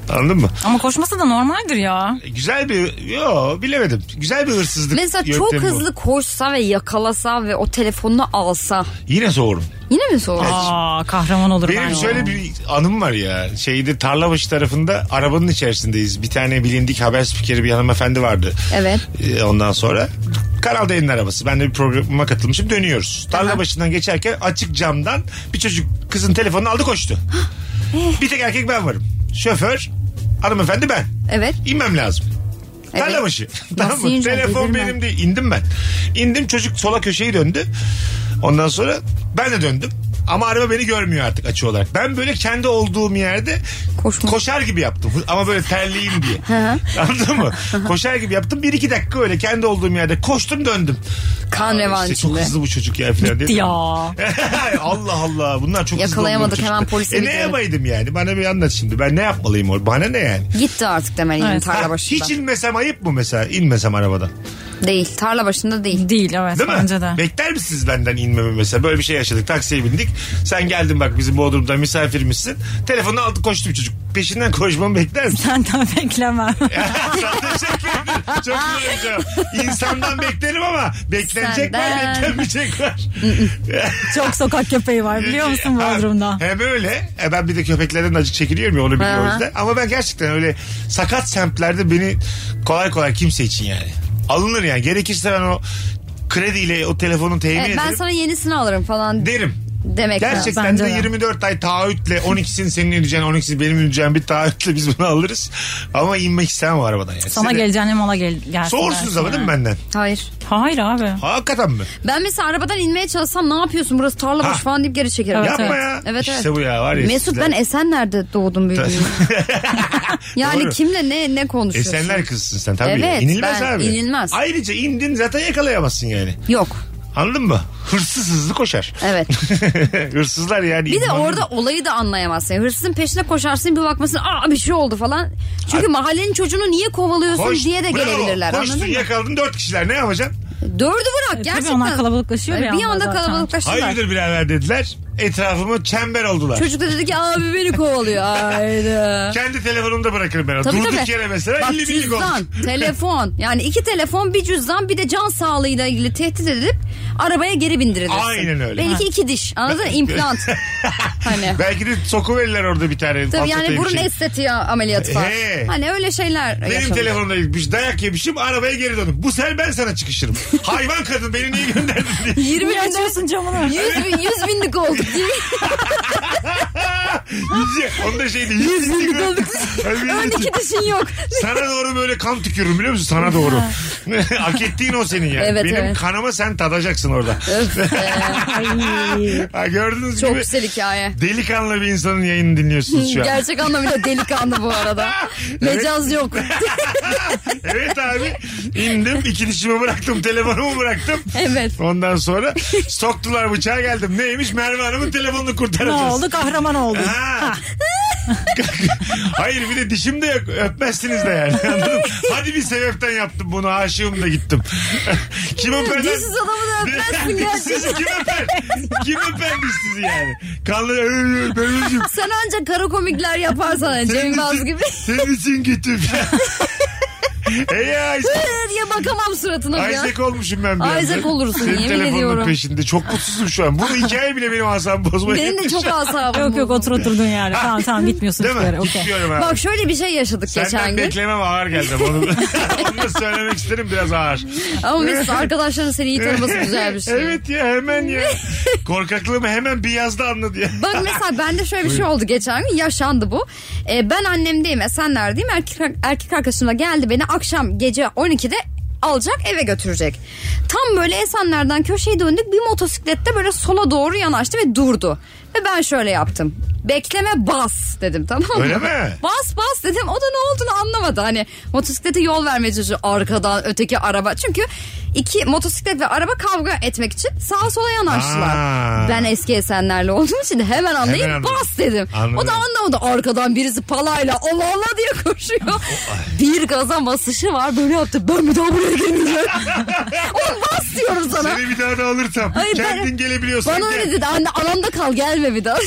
C: Anladın mı?
E: Ama koşması da normaldir ya.
C: E, Güzel bir yo bilemedim. Güzel bir hırsızlık.
D: Mesela çok
C: yöntemi bu.
D: hızlı koşsa ve yakalasa ve o telefonunu alsa.
C: Yine soğurum.
D: Yine mi soğur?
E: Aa kahraman olur ben.
C: Benim
E: o.
C: şöyle bir anım var ya. Şeyde Tarlabaşı tarafında arabanın içerisindeyiz. Bir tane bilindik haber spikeri bir hanımefendi vardı.
D: Evet.
C: Ee, ondan sonra Kanal D'nin arabası. Ben de bir programa katılmışım. Dönüyoruz. Tarla başından geçerken açık camdan bir çocuk kızın telefonunu aldı koştu. bir tek erkek ben varım. Şoför, hanımefendi ben.
D: Evet.
C: İnmem lazım.
D: Evet.
C: Tarlabaşı. tamam mı?
D: ineceksin?
C: Telefon
D: Delirme.
C: benim değil. İndim ben. İndim çocuk sola köşeyi döndü. Ondan sonra ben de döndüm. Ama araba beni görmüyor artık açı olarak. Ben böyle kendi olduğum yerde
D: Koşma.
C: koşar gibi yaptım. Ama böyle terliyim diye. Anladın mı? koşar gibi yaptım. Bir iki dakika öyle kendi olduğum yerde koştum döndüm.
D: Kan
C: Aa,
D: revan
C: işte Çok
D: içinde.
C: hızlı bu çocuk ya falan diye.
E: ya.
C: Allah Allah bunlar çok hızlı
D: Yakalayamadık,
C: oldu bu
D: hemen
C: çocuklar.
D: polise
C: E ne
D: gidelim.
C: yapaydım yani? Bana bir anlat şimdi. Ben ne yapmalıyım? or- Bana ne yani?
D: Gitti artık demeliyim
E: Evet.
D: tarla
C: Ha,
D: başında.
C: Hiç inmesem ayıp mı mesela? İnmesem arabadan.
D: Değil. Tarla başında değil.
E: Değil evet
C: Değil mi?
E: bence de.
C: Bekler misiniz benden inmemi mesela? Böyle bir şey yaşadık. Taksiye bindik. Sen geldin bak bizim Bodrum'da misafirimizsin. Telefonu aldı koştu bir çocuk. Peşinden koşmamı bekler misin?
E: Senden beklemem.
C: Sana teşekkür ederim. Çok güzel bir cevap. İnsandan beklerim ama beklenecek var
D: Senden.
C: beklenmeyecek var.
E: Çok sokak köpeği var biliyor musun
C: Ha,
E: Bodrum'da?
C: Hem öyle. E ben bir de köpeklerden de acık çekiliyorum ya onu biliyor o
D: Aha.
C: yüzden. Ama ben gerçekten öyle sakat semtlerde beni kolay kolay kimse için yani. Alınır yani. Gerekirse ben o krediyle o telefonun temin
D: Evet, ben
C: ederim.
D: sana yenisini alırım falan
C: Derim.
D: demek lazım.
C: Gerçekten
E: bence
C: de
E: de.
C: 24 ay taahhütle 12'sini senin ödeyeceğin 12'sini benim ödeyeceğim bir taahhütle biz bunu alırız. Ama inmek istemem o arabadan yani.
E: Sana
C: Seni-
E: geleceğine mola gel gelsin.
C: Soğursunuz
E: dersin
C: ama değil mi
E: yani.
C: benden?
D: Hayır.
E: Hayır abi.
C: Hakikaten mi? E,
D: Ben mesela arabadan inmeye çalışsam ne yapıyorsun burası tarla
C: Ha.
D: boş falan deyip geri çekerim.
E: Evet,
C: Yapma
E: evet.
C: ya.
D: Evet,
C: işte
D: evet.
C: bu ya var ya.
D: Mesut ben Esenler'de doğdum büyüdüm. yani
C: Doğru.
D: kimle ne ne konuşuyorsun?
C: Esenler kızsın sen tabii.
D: Evet,
C: inilmez
D: ben-
C: abi.
D: inilmez.
C: Ayrıca indin zaten yakalayamazsın yani.
D: Yok.
C: Anladın mı? Hırsız hızlı koşar.
D: Evet.
C: Hırsızlar yani.
D: Bir de
C: inanılmaz.
D: orada olayı da anlayamazsın. Hırsızın peşine koşarsın bir bakmasın aa bir şey oldu falan. Çünkü mahallenin çocuğunu niye kovalıyorsun
C: Koş,
D: diye de
C: bravo,
D: gelebilirler.
C: Koştun
D: anladın mı?
C: yakaladın dört kişiler ne yapacaksın?
D: Dördü bırak
E: E, Tabii
D: gerçekten.
E: onlar kalabalıklaşıyor bir
D: bir
E: anda
D: anda
E: zaten.
D: kalabalıklaşırlar.
C: Hayırdır birader dediler. Etrafımı çember oldular.
D: Çocuk da dedi ki abi beni kovalıyor. Hayda.
C: Kendi telefonumda bırakırım ben. onu.
D: Tabii,
C: Durduk
D: tabii.
C: yere mesela
D: Bak
C: 50 binlik oldu.
D: cüzdan, telefon. Yani iki telefon, bir cüzdan, bir de can sağlığıyla ilgili tehdit edip arabaya geri bindirilirsin.
C: Aynen öyle.
D: Belki iki diş. Anladın mı? İmplant. hani.
C: Belki de soku verirler orada bir tane.
D: Tabii yani
C: patlatayım
D: burun
C: bir şey.
D: estetiği ameliyatı falan.
C: He.
D: Hani öyle şeyler
C: Benim
D: yaşanıyor.
C: telefonumda gitmiş dayak yemişim arabaya geri döndüm. Bu sefer ben sana çıkışırım. Hayvan kadın beni niye gönderdin diye.
D: 20
E: Niye
D: bin,
E: açıyorsun camını?
D: 100 bin, 100 binlik olduk değil mi?
C: Yüzce. Onda şeydi. Yüz
D: binlik
C: sigara.
D: olduk.
C: Öyle
D: Ön
C: yüz-
D: Hani iki dişin yok.
C: Sana doğru böyle kan tükürürüm biliyor musun? Sana doğru. Hak ettiğin o senin yani.
D: Evet,
C: Benim
D: evet.
C: kanıma sen tadacaksın orada.
D: Öf be.
C: ha, gördüğünüz
D: Çok
C: gibi
D: güzel hikaye.
C: delikanlı bir insanın yayını dinliyorsunuz şu an.
D: Gerçek anlamıyla delikanlı bu arada. Mecaz yok.
C: evet abi. İndim iki dişimi bıraktım telefonumu bıraktım.
D: evet.
C: Ondan sonra soktular bıçağa geldim. Neymiş Merve Hanım'ın telefonunu
E: ne
C: kurtaracağız.
E: oldu? Kahraman oldu.
C: Ha. Hayır bir de dişim de yok. Öpmezsiniz de yani. Anladın mı? Hadi bir sebepten yaptım bunu. Aşığım da gittim. Kim öper? lan?
D: Dişsiz adamı da öpmezsin gerçekten.
C: Dişsiz kim öper? Kim öper dişsizi yani? Kanlı ben özüm.
D: Sen ancak kara komikler yaparsan hani Cem Yılmaz gibi.
C: Senin için gittim. Ey ay.
D: diye bakamam suratına bir an.
C: Isaac olmuşum ben bir anda.
D: Isaac olursun,
C: Senin
D: yemin
C: telefonunun
D: ediyorum.
C: peşinde. Çok mutsuzum şu an. Bu hikaye bile benim asabımı bozmaya
D: Benim de
C: yetmiş.
D: çok asabım
E: Yok yok
D: bozuldu.
E: otur oturduğun yerde. Tamam tamam gitmiyorsun
C: Değil
E: hiçbir
C: mi?
E: yere. Okey.
C: Gitmiyorum abi.
D: Bak şöyle bir şey yaşadık geçen
C: Senden
D: gün.
C: beklemem ağır geldi. Onu, onu da söylemek isterim biraz ağır.
D: Ama Mesut arkadaşların seni iyi tanıması güzel bir şey.
C: evet ya hemen ya. Korkaklığımı hemen bir yazda anladı ya.
D: Bak mesela bende şöyle bir şey oldu geçen gün yaşandı bu. Ee, ben annemdeyim Esenler'deyim erkek, erkek arkadaşımla geldi beni akşam gece 12'de alacak eve götürecek. Tam böyle Esenler'den köşeye döndük bir motosiklette böyle sola doğru yanaştı ve durdu. Ve ben şöyle yaptım. Bekleme bas dedim tamam mı?
C: Öyle mi?
D: Bas bas dedim o da ne olduğunu anlamadı. Hani motosiklete yol vermeye çalışıyor arkadan öteki araba. Çünkü iki motosiklet ve araba kavga etmek için sağa sola yanaştılar.
C: Aa.
D: Ben eski esenlerle olduğum için de hemen anlayıp
C: Hemen anladım.
D: bas dedim.
C: Anladım.
D: O da anlamadı arkadan birisi palayla Allah Allah diye koşuyor. Bir gaza basışı var böyle yaptı. Ben bir daha buraya gelmeyeceğim. Oğlum bas diyorum sana.
C: Seni bir daha da alırsam.
D: Hayır, ben-
C: kendin gelebiliyorsun.
D: Bana
C: Gel.
D: öyle dedi anne anamda kal gelme bir daha.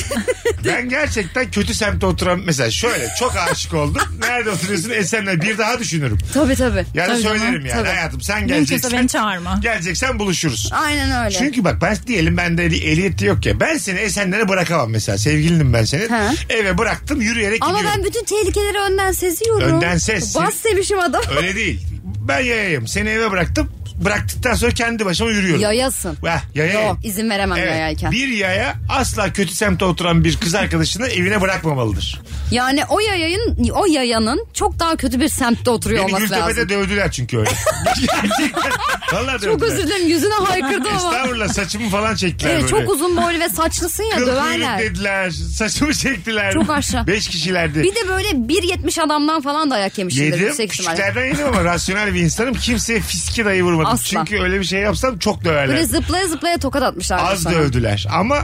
C: Ben gerçekten kötü semtte oturan mesela şöyle çok aşık oldum. Nerede oturuyorsun? Esenler bir daha düşünürüm.
D: tabii tabii.
C: Yani
E: Tabii canım,
C: söylerim yani
D: tabii.
C: hayatım sen
E: Mümkünse beni
C: geleceksen.
E: çağırma.
C: Geleceksen buluşuruz.
D: Aynen öyle.
C: Çünkü bak ben diyelim bende ehliyet yok ya. Ben seni Esenler'e bırakamam mesela. Sevgilinim ben senin.
D: Ha.
C: Eve bıraktım yürüyerek
D: Ama
C: gidiyorum.
D: ben bütün tehlikeleri önden seziyorum.
C: Önden ses.
D: Bas demişim adam.
C: Öyle değil. Ben yayayım. Seni eve bıraktım. Bıraktıktan sonra kendi başıma yürüyorum.
D: Yayasın.
C: Heh, yayayım.
D: Yok, izin veremem yayayken.
C: Bir yaya asla kötü semtte oturan bir kız arkadaşını evine bırakmamalıdır.
D: Yani o yayın o yayanın çok daha kötü bir semtte oturuyor
C: Beni
D: olması
C: Gültepe'de
D: lazım.
C: dövdüler çünkü öyle. Gerçekten. Vallahi
D: Çok
C: dövdüler.
D: özür dilerim yüzüne haykırdı ama.
C: Estağfurullah saçımı falan çektiler
D: Evet,
C: böyle.
D: çok uzun boylu ve saçlısın ya
C: Kıl kuyruk
D: döverler.
C: dediler. Saçımı çektiler.
D: Çok aşağı.
C: Beş kişilerdi.
D: Bir de böyle 1.70 adamdan falan dayak yemişimdir
C: Yedim.
D: yüksek ihtimalle.
C: Küçüklerden yedim ama rasyonel bir insanım. Kimseye fiski dayı vurmadım
D: Asla.
C: Çünkü öyle bir şey yapsam çok döverler.
D: Böyle zıplaya zıplaya tokat atmışlar.
C: Az dövdüler ama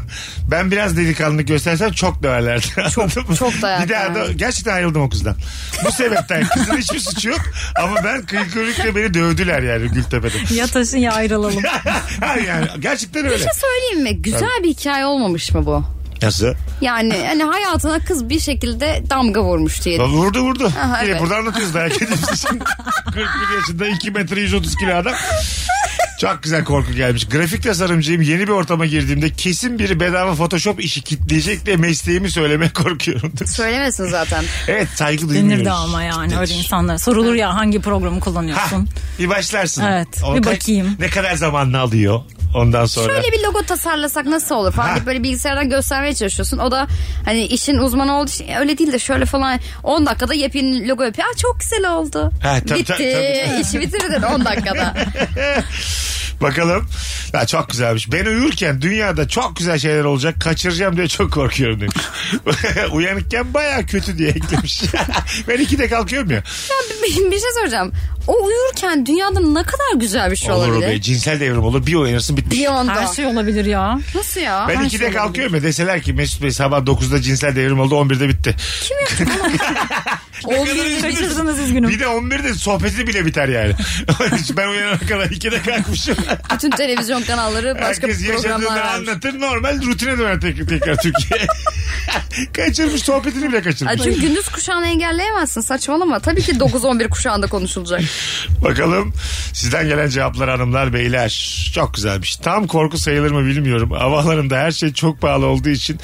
C: ben biraz delikanlılık göstersem çok döverlerdi. Anladın mı?
D: çok dayak
C: Bir daha da
D: yani.
C: gerçekten ayrıldım o kızdan. Bu sebepten kızın hiçbir suçu yok ama ben kıykırıkla beni dövdüler yani Gültepe'de.
E: Ya taşın ya ayrılalım.
C: Ha yani gerçekten
D: Bir
C: öyle.
D: şey söyleyeyim mi? Güzel bir hikaye olmamış mı bu?
C: Nasıl?
D: Yani hani hayatına kız bir şekilde damga vurmuş diye.
C: Ya Vurdu vurdu.
D: Aha,
C: Yine
D: evet.
C: burada anlatıyoruz dayak ediyoruz. Şimdi 41 yaşında 2 metre 130 kilo adam. Çok güzel korku gelmiş. Grafik tasarımcıyım. Yeni bir ortama girdiğimde kesin biri bedava Photoshop işi kitleyecek diye mesleğimi söylemeye korkuyorum. demiş.
D: Söylemesin zaten.
C: Evet saygı duymuyoruz.
E: Denir de ama yani
C: Denir.
E: öyle insanlara. Sorulur ya hangi programı
C: Ha,
E: kullanıyorsun?
C: bir başlarsın.
E: Evet,
C: O
E: bir
C: kaç-
E: bakayım.
C: Ne kadar zamanını alıyor ondan sonra.
D: Şöyle bir logo tasarlasak nasıl olur falan
C: Ha.
D: deyip böyle bilgisayardan göstermeye çalışıyorsun. O da hani işin uzmanı olduğu için öyle değil de şöyle falan 10 dakikada yepyeni logo yapıyor. Aa, çok güzel oldu.
C: Ha, tabii,
D: Bitti.
C: tabii, tabii.
D: İşi bitirdin 10 dakikada.
C: Bakalım. Ha, çok güzelmiş. Ben uyurken dünyada çok güzel şeyler olacak. Kaçıracağım diye çok korkuyorum demiş. Uyanıkken baya kötü diye eklemiş. ben ikide kalkıyorum ya.
D: ya bir, bir şey soracağım. O uyurken dünyada ne kadar güzel bir şey
C: olur o
D: olabilir.
C: be. Cinsel devrim olur. Bir uyanırsın bitmiş.
D: Beyond'a.
E: Her şey olabilir ya.
D: Nasıl ya?
C: Ben
D: Her
C: ikide
D: şey
C: kalkıyorum ya deseler ki Mesut Bey sabah 9'da cinsel devrim oldu 11'de bitti.
D: olabilir.
C: kadar üzülürsün.
E: Kaçırdınız üzgünüm.
C: Bir de 11'de sohbeti bile biter yani. ben uyanana kadar ikide kalkmışım.
D: Bütün televizyon kanalları başka
C: Herkes
D: programlar
C: yaşadığını
D: vermiş.
C: anlatır normal rutine döner tek, tekrar Türkiye. kaçırmış sohbetini bile
D: Ya
C: kaçırmış.
D: çünkü gündüz kuşağını engelleyemezsin saçmalama. Tabii ki 9-11 kuşağında konuşulacak.
C: Bakalım sizden gelen cevaplar hanımlar beyler. Çok güzelmiş. Tam korku sayılır mı bilmiyorum. Havalarında her şey çok pahalı olduğu için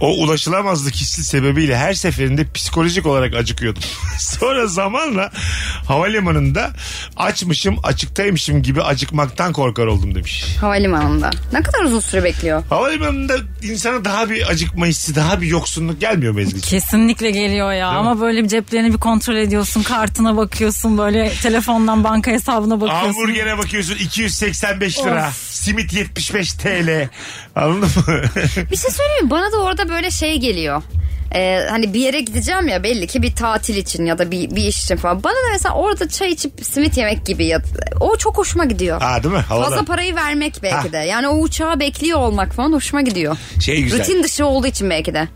C: o ulaşılamazlık hissi sebebiyle her seferinde psikolojik olarak acıkıyordum. Sonra zamanla havalimanında açmışım açıktaymışım gibi acıkmaktan korkar oldum demiş.
D: Havalimanında. Ne kadar uzun süre bekliyor?
C: Havalimanında insana daha bir acıkma hissi daha bir yoksunluk gelmiyor mu Ezgi'ciğim?
E: Kesinlikle geliyor ya ama böyle bir ceplerini bir kontrol ediyorsun kartına bakıyorsun böyle telefondan banka hesabına bakıyorsun.
C: Hamburger'e bakıyorsun 285 lira. Simit 75 TL. Anladın mı?
D: Bir şey söyleyeyim mi? Bana da orada böyle şey geliyor. Ee, hani bir yere gideceğim ya belli ki bir tatil için ya da bir, bir iş için falan. Bana da mesela orada çay içip simit yemek gibi ya. O çok hoşuma gidiyor.
C: ha değil mi? Havada.
D: Fazla parayı vermek belki
C: Ha.
D: de. Yani o uçağı bekliyor olmak falan hoşuma gidiyor.
C: Şey güzel.
D: Rutin dışı olduğu için belki de.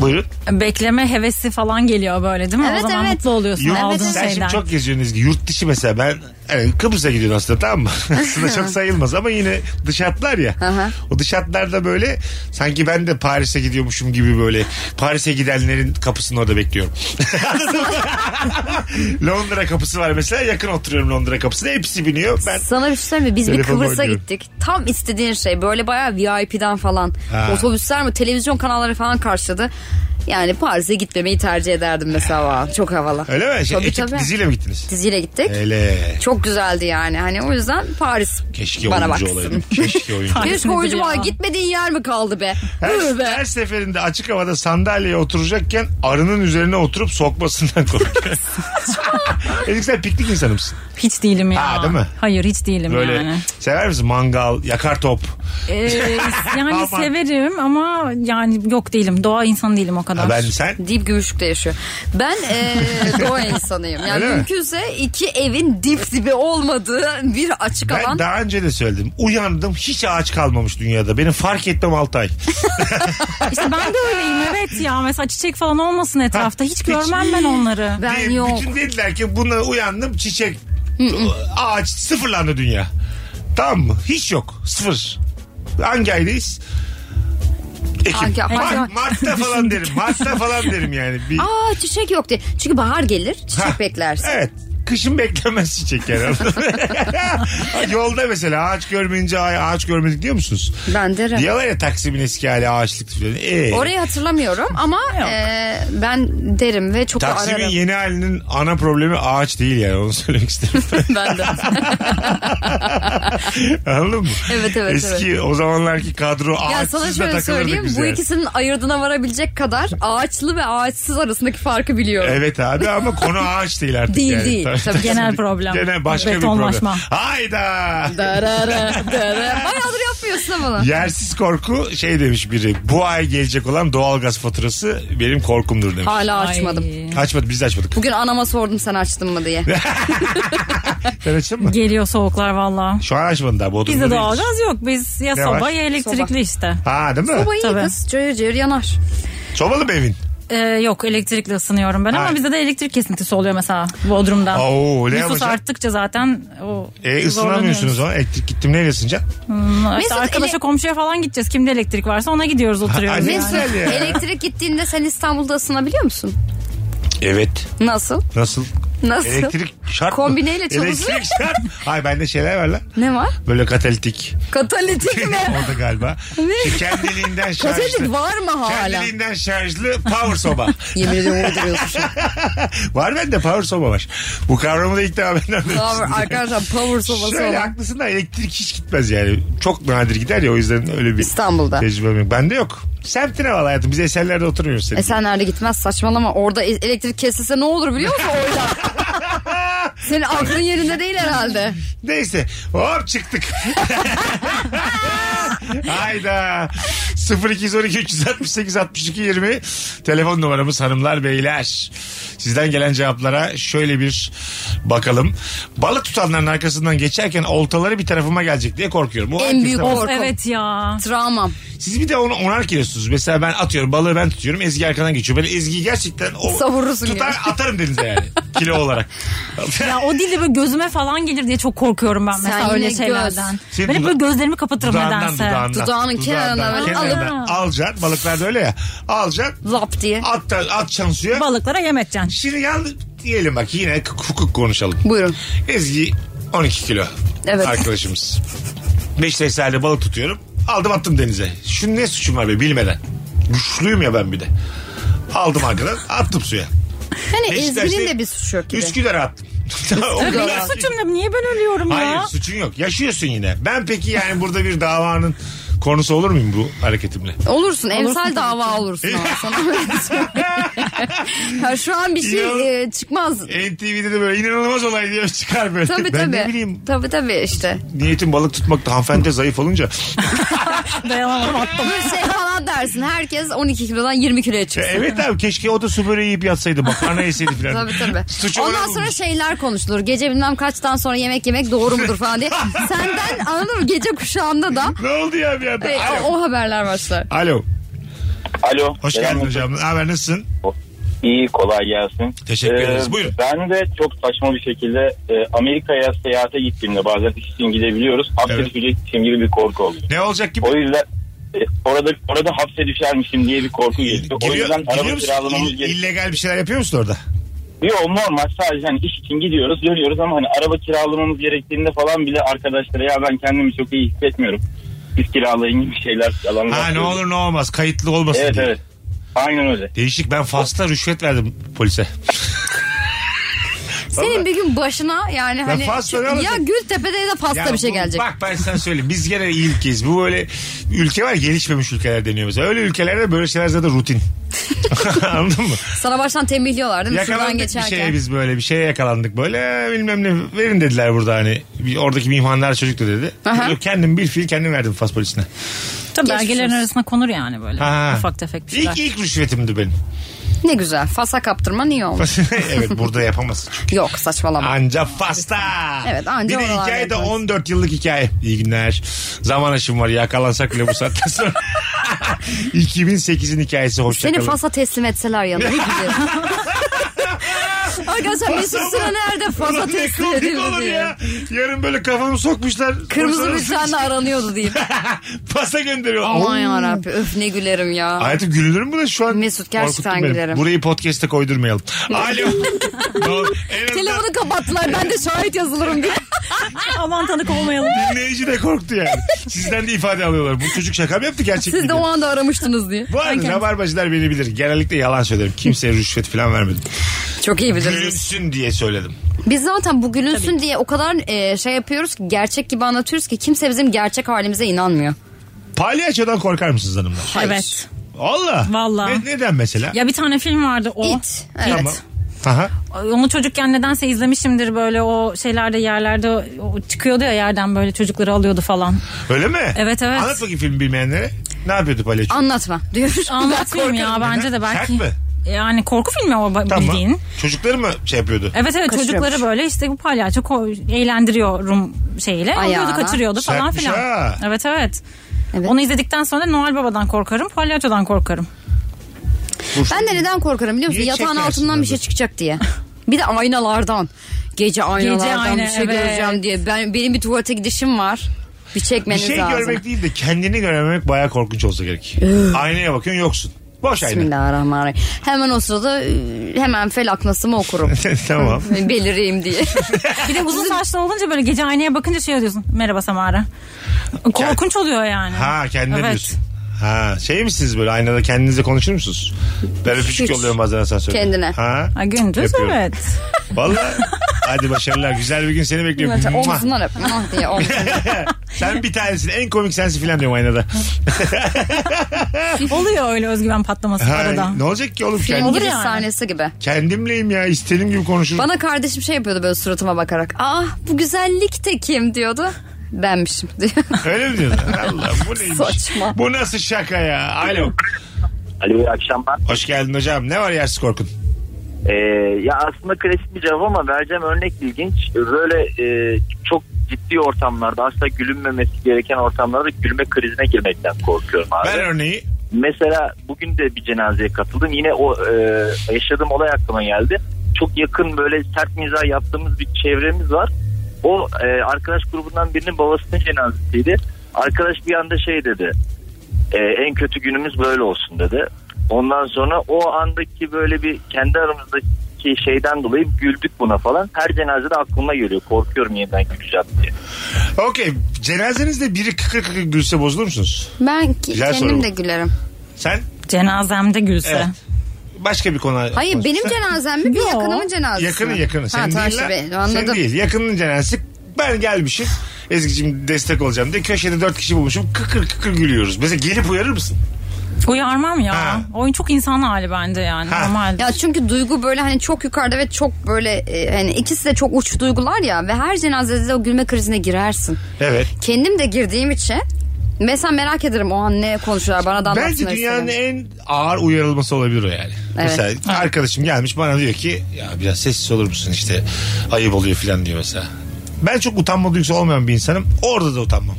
C: Buyurun.
E: Bekleme hevesi falan geliyor böyle değil mi?
D: Evet,
E: o zaman
D: evet.
E: mutlu oluyorsun
C: Yurt,
E: aldığın
C: sen
E: şeyden.
C: şimdi çok geziyorsun Ezgi. Yurt dışı mesela ben yani Kıbrıs'a gidiyorsun aslında tamam mı? aslında çok sayılmaz ama yine dış hatlar ya.
D: Aha.
C: o dış hatlarda böyle sanki ben de Paris'e gidiyormuşum gibi böyle Paris'e gidenlerin kapısını orada bekliyorum. Anladın mı? Londra kapısı var mesela yakın oturuyorum Londra kapısına hepsi biniyor. Ben
D: Sana bir şey söyleyeyim mi? Biz bir
C: Telefonla
D: Kıbrıs'a
C: oynuyorum.
D: gittik. Tam istediğin şey böyle bayağı VIP'den falan.
C: Ha.
D: Otobüsler mi televizyon kanalları falan karşıladı. Yani Paris'e gitmemeyi tercih ederdim mesela. Çok havalı.
C: öyle mi? Şey,
D: Tabii,
C: ekip
D: tabii.
C: diziyle mi gittiniz?
D: Diziyle gittik.
C: Hele.
D: Çok güzeldi yani. Hani o yüzden Paris
C: Keşke
D: bana
C: oyuncu
D: baksın.
C: olaydım. Keşke oyuncu.
D: Keşke
E: Nedir
D: oyuncu
E: ya?
D: bana gitmediğin yer mi kaldı be? Hı
C: Her,
D: be.
C: her seferinde açık havada sandalyeye oturacakken arının üzerine oturup sokmasından korkuyorum. Elif sen piknik insanı mısın?
E: Hiç değilim ya.
C: Ha, değil mi?
E: Hayır hiç değilim
C: Böyle
E: yani.
C: sever misin? Mangal, yakar top.
E: Ee, yani
C: Aman.
E: severim ama yani yok değilim. Doğa insanı değilim o kadar.
C: Ha, ben sen
D: Dip gümüşlükte yaşıyor. Ben e, doğa insanıyım. Yani
C: Öyle mi?
D: mümkünse iki evin dip dibi olmadığı bir açık
C: ben
D: alan.
C: daha önce de söyledim. Uyandım hiç ağaç kalmamış dünyada. Benim fark etmem 6 ay.
E: İşte ben de öyleyim evet ya. Mesela çiçek falan olmasın etrafta. Hiç, görmem ben onları.
D: Ben
C: Diye
D: yok.
C: Bütün dediler ki buna uyandım çiçek. ağaç sıfırlandı dünya. Tamam mı? Hiç yok. Sıfır. Hangi aydayız? Ekim.
D: Hangi-
C: Mart-
D: hangi-
C: Mart'ta falan derim. Mart'ta falan derim yani. Bir...
D: Aa çiçek yok diye. Çünkü bahar gelir çiçek
C: Ha,
D: beklersin.
C: Evet. Kışın beklemez çiçek yani. anladın mı? Yolda mesela ağaç görmeyince ay ağaç görmedik diyor musunuz?
D: Ben derim.
C: Diyorlar ya Taksim'in eski hali ağaçlık falan. Ee,
D: Orayı hatırlamıyorum ama e, ben derim ve çok da
C: Taksim'in
D: ararım.
C: yeni halinin ana problemi ağaç değil yani onu söylemek isterim.
D: ben de.
C: Anladın mı?
D: Evet, evet,
C: Eski o zamanlarki kadro ağaçsız
D: ya sana şöyle söyleyeyim bu
C: yani.
D: ikisinin ayırdına varabilecek kadar ağaçlı ve ağaçsız arasındaki farkı biliyorum.
C: Evet abi ama konu ağaç değil artık.
D: Değil
C: yani.
D: değil.
C: tane.
D: Tabii,
E: genel problem.
C: Genel başka bir problem.
E: Betonlaşma.
C: Hayda.
D: Darara, darara. Bayağıdır yapmıyorsun ama bunu.
C: Yersiz korku şey demiş biri. Bu ay gelecek olan doğalgaz faturası benim korkumdur demiş.
D: Hala açmadım.
E: Ay.
C: Açmadık biz de açmadık.
D: Bugün anama sordum sen açtın mı diye.
C: Sen açtın mı?
E: Geliyor soğuklar valla.
C: Şu an açmadın daha. Bodrum'da
E: Bizde
C: değiliz.
E: doğalgaz yok. Biz ya
C: Ne
E: soba
C: var?
E: ya elektrikli
D: Soba.
E: işte.
C: Ha değil mi?
D: Bu iyi
E: Tabii.
D: kız. Cayır cayır yanar.
C: Sobalı mı evin?
E: Ee, yok elektrikli ısınıyorum ben
C: Ha.
E: ama bizde de elektrik kesintisi oluyor mesela Bodrum'da.
C: Oo, ne
E: Nüfus
C: yapacaksın?
E: arttıkça zaten o
C: E, ısınamıyorsunuz o. Elektrik gittim neyle ısınacaksın?
E: zorlanıyoruz. İşte
D: Mesut,
E: arkadaşa
D: ele-
E: komşuya falan gideceğiz. Kimde elektrik varsa ona gidiyoruz
C: Ha,
E: oturuyoruz.
C: ne
E: yani.
C: güzel ya.
D: Elektrik gittiğinde sen İstanbul'da ısınabiliyor musun?
C: Evet.
D: Nasıl?
C: Nasıl?
D: Nasıl?
C: Elektrik şart mı?
D: Kombineyle çalışıyor.
C: Elektrik şart. Hayır bende şeyler var lan.
D: Ne var?
C: Böyle katalitik.
D: Katalitik mi?
C: Orada galiba.
D: Ne?
C: Şu kendiliğinden şarjlı.
D: Katalitik var mı hala?
C: Kendiliğinden şarjlı power soba.
D: Yemin ediyorum duruyorsun şu an.
C: var bende power soba var. Bu kavramı da ilk defa benden
D: Power-
C: duymuşsun.
D: Arkadaşlar power sobası
C: Şöyle
D: olan.
C: haklısın da elektrik hiç gitmez yani. Çok nadir gider ya o yüzden öyle bir
D: İstanbul'da.
C: tecrübem yok. Bende yok. Semtine bağlı hayatım. Biz eserlerde oturmuyoruz senin.
D: E sen nerede gitmez saçmalama. Orada e- elektrik kesilse ne olur biliyor musun orada? Senin aklın yerinde değil herhalde.
C: Neyse hop çıktık. Hayda. 0212 368 62 20 telefon numaramız hanımlar beyler. Sizden gelen cevaplara şöyle bir bakalım. Balık tutanların arkasından geçerken oltaları bir tarafıma gelecek diye korkuyorum. O
D: En
C: herkeste
D: büyük
C: var.
D: korku.
E: Evet ya.
D: Travmam.
C: Siz bir de onu onar kilosunuz. Mesela ben atıyorum balığı ben tutuyorum. Ezgi arkadan geçiyor. Ben Ezgi'yi gerçekten o
D: Savurursun
C: tutar
D: yani.
C: atarım denize yani kilo olarak.
E: Ya o değil de böyle gözüme falan gelir diye çok korkuyorum ben
D: Sen
E: mesela
D: yine
E: öyle
D: göz.
E: şeylerden.
C: Senin
E: ben hep
C: duda-
E: böyle gözlerimi kapatırım nedense.
D: Dudağının kenarına böyle
E: alıp-
C: alacaksın. Balıklar da öyle ya. Alacaksın.
D: Lap diye.
C: At, atacaksın suya.
E: Balıklara yem edeceksin.
C: Şimdi yalnız diyelim bak yine k- hukuk konuşalım.
D: Buyurun.
C: Ezgi 12 kilo.
D: Evet.
C: Arkadaşımız. Beşiktaş sahilde balık tutuyorum. Aldım attım denize. Şu ne suçum var be bilmeden. Güçlüyüm ya ben bir de. Aldım arkadan attım suya.
D: Hani
C: Beşiktaş'ta-
D: Ezgi'nin de bir suçu yok gibi.
C: Üsküdar'a attım. O
E: Benim
C: kadar-
E: suçum ne? Niye ben ölüyorum
C: Hayır
E: ya?
C: suçun yok. Yaşıyorsun yine. Ben peki yani burada bir davanın konusu olur muyum bu hareketimle?
D: Olursun. Emsal
E: tabii
D: dava olursun ama sana. öyle söyleyeyim. ya şu an bir şey
C: İnanın-
D: e, çıkmaz.
C: NTV'de de böyle inanılmaz olay diye çıkar böyle.
D: Tabii
C: ben
D: tabii.
C: ne bileyim
D: Tabii tabii işte.
C: niyetim balık tutmakta hanımefendi de zayıf olunca.
E: Dayanamadım attım.
D: Bir şey falan dersin. Herkes 12 kilodan 20 kiloya
C: Ya
D: çıksın.
C: E, evet abi keşke o da su böreği yiyip yatsaydı makarna yeseydi falan.
D: Tabii tabii.
C: Suçu ona
D: Ondan
C: bulmuş.
D: sonra şeyler konuşulur. Gece bilmem kaçtan sonra yemek yemek doğru mudur falan diye. Senden anladın mı? Gece kuşağında da
C: Ne oldu ya bir anda?
D: e,
C: Alo.
D: o, o haberler başlar.
C: Alo.
J: Alo.
C: Hoş
J: selam
C: geldin
J: olsun.
C: hocam. Ne haber nasılsın?
J: İyi kolay gelsin.
C: Teşekkür ederiz. Buyurun.
J: Ben de çok saçma bir şekilde e, Amerika'ya seyahate gittiğimde bazen iş için gidebiliyoruz. Hapse
C: Evet.
J: düşecekmişim gibi bir korku oluyor.
C: Ne olacak gibi?
J: O yüzden e, orada orada hapse düşermişim diye bir korku geliyor. O
C: Giriyor,
J: yüzden
C: giriyor
J: araba
C: musun?
J: kiralamamız
C: İll-
J: gerekiyor.
C: illegal bir şeyler yapıyor musun orada?
J: Yok normal sadece hani iş için gidiyoruz görüyoruz ama hani araba kiralamamız gerektiğinde falan bile arkadaşlara ya ben kendimi çok iyi hissetmiyorum. Siz kiralayın gibi şeyler yalan.
C: Ha ne
J: yapıyoruz.
C: olur ne olmaz. Kayıtlı olmasın
J: Evet
C: diye.
J: evet. Aynen öyle.
C: Değişik ben Fas'ta rüşvet verdim polise.
D: Senin bir gün başına yani hani
C: pasta ne
D: ya
C: olacak?
D: Gültepe'de ya da pasta
C: Ya
D: bir şey
C: bu-
D: gelecek.
C: Bak ben sana söyleyeyim. Biz gene iyi ülkeyiz. Bu böyle ülke var ya, gelişmemiş ülkeler deniyor mesela. Öyle ülkelerde böyle şeyler zaten rutin. Anladın mı?
D: Sana baştan tembihliyorlar değil mi? Şuradan
C: Yakalandık bir
D: geçerken.
C: şeye biz böyle bir şeye yakalandık böyle bilmem ne verin dediler burada hani Bir- oradaki mimhanlar çocuktu dedi.
D: Aha.
C: Yok, Kendim bir fiil kendim verdim Fas polisine.
E: Tabii
D: Geçmiş
E: belgelerin
D: olsun.
E: arasına konur yani böyle.
C: Ha.
E: Ufak tefek bir şeyler.
C: İlk, ilk rüşvetimdi benim.
D: Ne güzel. Fasa kaptırman iyi olmuş.
C: evet burada yapamazsın.
D: Yok saçmalama.
C: Anca Fas'ta.
D: Evet, anca
C: Bir de
D: oralarda
C: hikaye de
D: yaparız.
C: 14 yıllık hikaye. İyi günler. Zaman aşımı var yakalansak bile bu saatten sonra. 2008'in hikayesi
D: Seni
C: hoşçakalın.
D: Fas'a teslim etseler ya ne güzel. Arkadaşlar Mesut Süre nerede Fas'a teslim edildi diye.
C: ya. Yarın böyle kafamı sokmuşlar.
D: Kırmızı
C: Sonra-
D: bir tane aranıyordu diyeyim.
C: Pasa gönderiyor.
D: Aman
C: Oo.
D: yarabbim öf ne gülerim ya.
C: Hayatım gülünür mü de şu an?
D: Mesut, gerçekten
C: korkuttun beni.
D: gülerim.
C: Burayı podcast'e koydurmayalım. Alo. Ne oldu? en azından
D: Telefonu kapattılar ben de şahit yazılırım diye.
E: Aman tanık olmayalım.
C: dinleyici de korktu yani. Sizden de ifade alıyorlar. Bu çocuk şaka mı yaptı gerçek
D: Siz
C: miydi?
D: de o anda aramıştınız diye.
C: Bu arada rabarbacılar beni bilir. Genellikle yalan söylerim. Kimseye rüşvet falan vermedim.
D: Çok iyi biliriz.
C: Gülünsün diye söyledim.
D: Biz zaten bu gülünsün diye o kadar e, şey yapıyoruz ki gerçek gibi anlatıyoruz ki kimse bizim gerçek halimize inanmıyor.
C: Palyaçodan korkar mısınız hanımlar?
E: Evet.
C: Allah.
E: Valla.
C: Ne- neden mesela?
E: Ya bir tane film vardı o.
D: İt. Evet.
C: Tamam. Aha.
E: Onu çocukken nedense izlemişimdir böyle o şeylerde yerlerde o çıkıyordu ya yerden böyle çocukları alıyordu falan.
C: Öyle mi?
E: Evet, evet.
C: Anlat bakayım filmi bilmeyenlere. Ne yapıyordu palyaço?
D: Anlatma diyoruz.
E: Anlatmayayım ya bence de belki.
C: Sert mi?
E: Yani korku filmi o ba-
C: Tamam.
E: bildiğin.
C: Çocukları mı şey yapıyordu?
E: Evet evet
D: Kaçırıyormuş.
E: çocukları böyle işte bu palyaço ko- eğlendiriyorum şeyle.
D: Ayağına.
E: Alıyordu kaçırıyordu falan
C: Sertmiş
E: filan.
C: ha.
E: Evet evet.
D: Evet.
E: Onu izledikten sonra Noel Baba'dan korkarım, palyaçodan korkarım.
D: Ben de neden korkarım biliyor musun?
C: Niye
D: Yatağın
C: çekersin
D: altından bir şey
C: dedi?
D: çıkacak diye. Bir de aynalardan. Gece aynalardan bir
E: ayna,
D: şey
E: evet.
D: göreceğim diye. Ben benim bir tuvalete gidişim var. Bir
C: Bir
D: çekmeniz
C: şey
D: lazım.
C: görmek değil de kendini görememek bayağı korkunç olsa gerek. Aynaya bakıyorsun yoksun. Boş ayna.
D: Bismillahirrahmanirrahim. Hemen o sırada e, hemen felak nasımı okurum.
C: tamam.
D: Belireyim diye.
E: Bir de uzun saçlı olunca böyle gece aynaya bakınca şey diyorsun. Merhaba Samara. Korkunç oluyor yani.
C: Ha kendine
E: Evet.
C: diyorsun. Ha şey misiniz böyle aynada kendinizle konuşur musunuz? Ben öpücük
D: Hiç.
C: yolluyorum bazen asansörde.
D: Kendine.
C: Ha.
E: Ha, gündüz
C: Yapıyorum.
E: evet.
C: Valla. Hadi başarılar. Güzel bir gün seni bekliyorum. Mua.
D: Omzundan öp. Ah diye omzundan.
C: Sen bir tanesin. En komik sensin filan diyorum aynada.
E: Oluyor öyle özgüven patlaması
C: Ha,
E: arada.
C: ne olacak ki oğlum?
D: Film
C: Kend-
D: giriş
E: yani.
D: sahnesi gibi.
C: kendimleyim ya. İstediğim gibi konuşurum.
D: Bana kardeşim şey yapıyordu böyle suratıma bakarak. Ah bu güzellik de kim diyordu. Benmişim diyor.
C: Öyle mi diyorsun? Allah bu neymiş?
D: Saçma.
C: Bu nasıl şaka ya? Alo.
J: Alo iyi akşamlar.
C: Hoş geldin hocam. Ne var yersiz korkun?
J: Ee, ya aslında klasik bir cevap ama vereceğim örnek ilginç. Böyle e, çok ciddi ortamlarda aslında gülünmemesi gereken ortamlarda gülme krizine girmekten korkuyorum abi.
C: Ver örneği.
J: Mesela bugün de bir cenazeye katıldım. Yine o e, yaşadığım olay aklıma geldi. Çok yakın böyle sert mizah yaptığımız bir çevremiz var. O e, arkadaş grubundan birinin babasının cenazesiydi. Arkadaş bir anda şey dedi. E, en kötü günümüz böyle olsun dedi. Ondan sonra o andaki böyle bir kendi aramızdaki şeyden dolayı güldük buna falan. Her cenazede aklıma geliyor. Korkuyorum yeniden güleceğim diye.
C: Okey. Cenazenizde biri kıkır kıkır gülse bozulur musunuz?
D: Ben ki-
C: Güzel soru
D: kendim
C: bu.
D: de gülerim.
C: Sen
E: Cenazemde gülse.
C: Evet. başka bir konu.
D: Hayır benim cenazem mi bir
E: Yo.
D: yakınımın cenazesi mi?
C: Yakını yakını. Senin
D: tamam,
C: değil
D: işte
C: lan.
D: ben- anladım.
C: Senin değil. Yakının cenazesi. Ben gelmişim. Ezgi'cim destek olacağım diye köşede dört kişi bulmuşum. Kıkır kıkır gülüyoruz. Mesela gelip uyarır mısın?
E: Uyarmam ya.
C: Ha.
E: Oyun çok insan hali bence yani.
C: Ha.
E: Normal.
D: Ya çünkü duygu böyle hani çok yukarıda ve çok böyle e, hani ikisi de çok uç duygular ya ve her cenazede o gülme krizine girersin.
C: Evet.
D: Kendim de girdiğim için mesela merak ederim o an ne konuşuyorlar bana da
C: Bence
D: anlatsınlar
C: dünyanın
D: isterim.
C: en ağır uyarılması olabilir o yani. Mesela
D: Evet.
C: arkadaşım gelmiş bana diyor ki ya biraz sessiz olur musun işte ayıp oluyor falan diyor mesela. Ben çok utanma duygusu olmayan bir insanım. Orada da utanmam.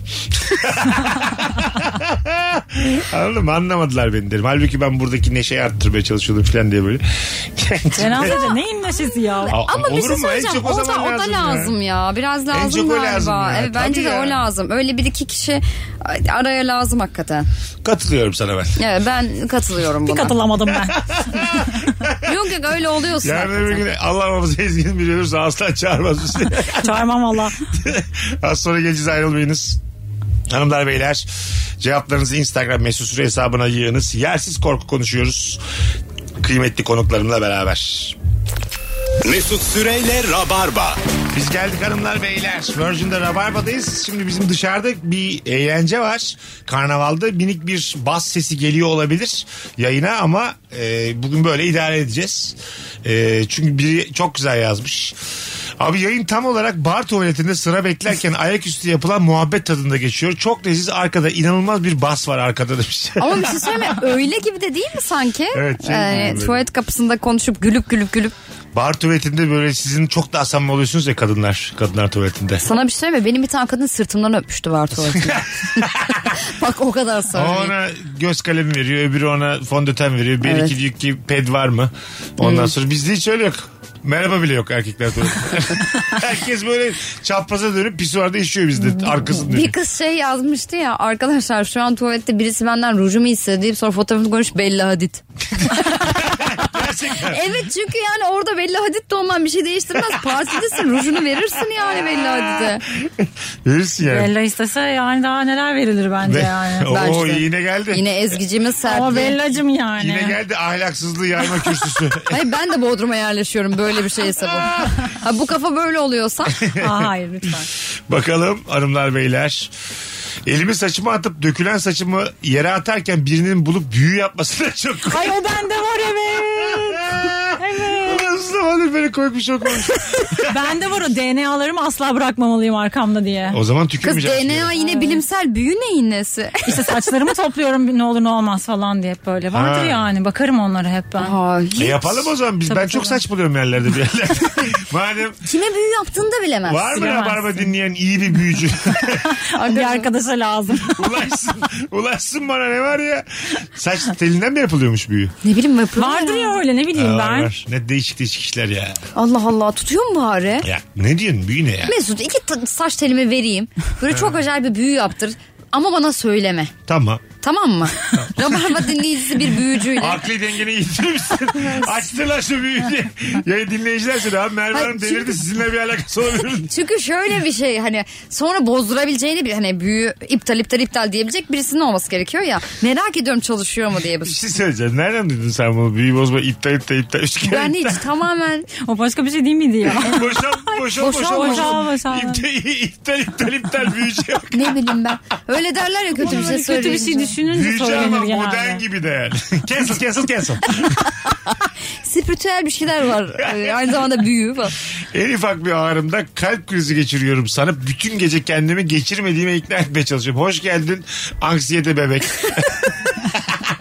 C: Anladın mı? Anlamadılar beni derim. Halbuki ben buradaki neşeyi arttırmaya çalışıyordum falan diye böyle.
E: Cenazede neyin neşesi ya?
C: Aa,
D: Ama bir
C: olur
D: şey
C: mu? En
D: söyleyeceğim.
C: çok
D: O,
C: o
D: da,
C: zaman
D: o da
C: lazım ya.
D: lazım ya. Biraz lazım
C: En çok o
D: galiba.
C: lazım ya.
D: Evet, bence
C: Tabii
D: de
C: ya.
D: o lazım. Öyle bir iki kişi araya lazım hakikaten.
C: Katılıyorum sana ben.
D: Evet ben katılıyorum
E: Bir
D: buna.
E: katılamadım ben.
D: yok yok öyle oluyorsun.
C: Yarın öbür
D: hakikaten.
C: gün Allah babamızı ezgin biliyoruz. Asla çağırmaz bizi.
E: Çağırmam valla.
C: Az sonra geleceğiz ayrılmayınız. Hanımlar beyler cevaplarınızı Instagram mesut süre hesabına yığınız. Yersiz korku konuşuyoruz. Kıymetli konuklarımla beraber.
B: Mesut Süreyle Rabarba.
C: Biz geldik hanımlar beyler. Virgin'de Rabarba'dayız. Şimdi bizim dışarıda bir eğlence var. Karnavalda minik bir bas sesi geliyor olabilir yayına ama e, bugün böyle idare edeceğiz. E, çünkü biri çok güzel yazmış. Abi yayın tam olarak bar tuvaletinde sıra beklerken ayaküstü yapılan muhabbet tadında geçiyor. Çok leziz arkada inanılmaz bir bas var arkada demiş.
D: Ama bir şey söyleyeyim mi? Öyle gibi de değil mi sanki?
C: Evet, şey
D: Yani
C: gibi.
D: tuvalet kapısında konuşup gülüp gülüp gülüp.
C: bar tuvaletinde böyle sizin çok daha samimi oluyorsunuz ya kadınlar. Kadınlar tuvaletinde.
D: Sana bir şey söyleyeyim mi? Benim bir tane kadın sırtımdan öpmüştü var tuvaletinde. Bak o kadar
C: O
D: samimi.
C: ona göz kalemi veriyor. Öbürü ona fondöten veriyor. Bir
D: Evet.
C: iki diyor ki ped var mı? Ondan sonra bizde hiç öyle yok. Merhaba bile yok erkekler tuvaletinde. Herkes böyle çapraza dönüp pisuarda işiyor bizde arkasını
D: Bir
C: dönüp.
D: kız şey yazmıştı ya arkadaşlar şu an tuvalette birisi benden rujumu istedi deyip sonra fotoğrafını koymuş Bella Hadid.
C: Gerçekten.
D: Evet çünkü yani orada Bella Hadid de olman bir şey değiştirmez. Partidesin rujunu verirsin yani Bella Hadid'e.
C: Verirsin yani.
E: Bella istese yani daha neler verilir bence
C: Ve-
E: yani.
C: Oo,
D: Bence de.
C: yine geldi. Yine,
D: Yine Ezgi'cimin
E: Ama
D: sertliği.
E: Bella'cım yani.
C: geldi ahlaksızlığı yayma kürsüsü.
D: Hayır ben de Bodrum'a yerleşiyorum böyle bir şeyse bu. Ha, bu kafa böyle oluyorsa
E: Aa, hayır lütfen.
C: Bakalım hanımlar beyler. Elimi saçıma atıp dökülen saçımı yere atarken birinin bulup büyü yapmasına çok
E: Ay o bende var evet.
C: Ulan Uzun zamandır böyle koymuş yok olmuş.
E: Bende var o DNA'larımı asla bırakmamalıyım arkamda diye.
C: O zaman
D: Kız
C: tükürmeyeceğim.
D: DNA yine bilimsel büyü neyin nesi?
E: İşte saçlarımı topluyorum ne olur ne olmaz falan diye hep böyle. Vardır
C: Ha.
E: yani bakarım onlara hep ben.
D: Aa, hiç.
C: E yapalım o zaman biz.
E: Tabii,
C: ben çok
E: tabii.
C: saçmalıyorum yerlerde bir yerlerde. Madem
D: Kime büyü yaptığını da bilemez.
C: var mı
E: bilemezsin.
C: Rabarba dinleyen iyi bir büyücü?
E: Bir arkadaşa lazım.
C: ulaşsın, ulaşsın bana ne var ya? Saç telinden mi yapılıyormuş büyü?
D: Ne bileyim yapıyor
E: Vardır ya öyle ne
C: Ha,
E: bileyim
C: var,
E: ben.
C: var. Ne değişik değişik işler ya.
D: Allah Allah tutuyor mu bari?
C: Ya ne diyorsun büyü ne ya?
D: Mesut iki ta- saç telimi vereyim. Böyle çok acayip bir büyü yaptır. Ama bana söyleme.
C: Tamam.
D: Tamam mı? Rabarba dinleyicisi bir büyücüyle.
C: Akli dengeni yitirmişsin. Açtılar şu büyüyü diye. Ya dinleyiciler söylüyor. Abi Merve
D: Hayır,
C: Hanım delirdi
D: çünkü-
C: sizinle bir alakası olabilir.
D: Çünkü şöyle bir şey hani sonra bozdurabileceğini bir hani büyü iptal iptal iptal diyebilecek birisinin olması gerekiyor ya. Merak ediyorum çalışıyor mu diye bu.
C: Bir şey söyleyeceğim. Nereden duydun sen bunu? Büyü bozma iptal iptal iptal. Üç kere
D: Ben hiç
C: iptal.
D: tamamen
E: O başka bir şey değil miydi ya?
C: Boşal boşal boşal.
E: boşal, boşal.
C: İptal iptal iptal, iptal büyüyecek.
D: ne bileyim ben. Öyle derler ya kötü bir şey
E: Kötü bir şey
D: söyleyince.
E: düşününce
C: Büyüyecek ama
E: söylenir
C: modern
E: genelde.
C: gibi de yani. cancel cancel cancel.
D: Spiritüel bir şeyler var. Ee, Aynı zamanda büyü falan.
C: en ufak bir ağrımda kalp krizi geçiriyorum sanıp bütün gece kendimi geçirmediğime ikna etmeye çalışıyorum. Hoş geldin anksiyete bebek.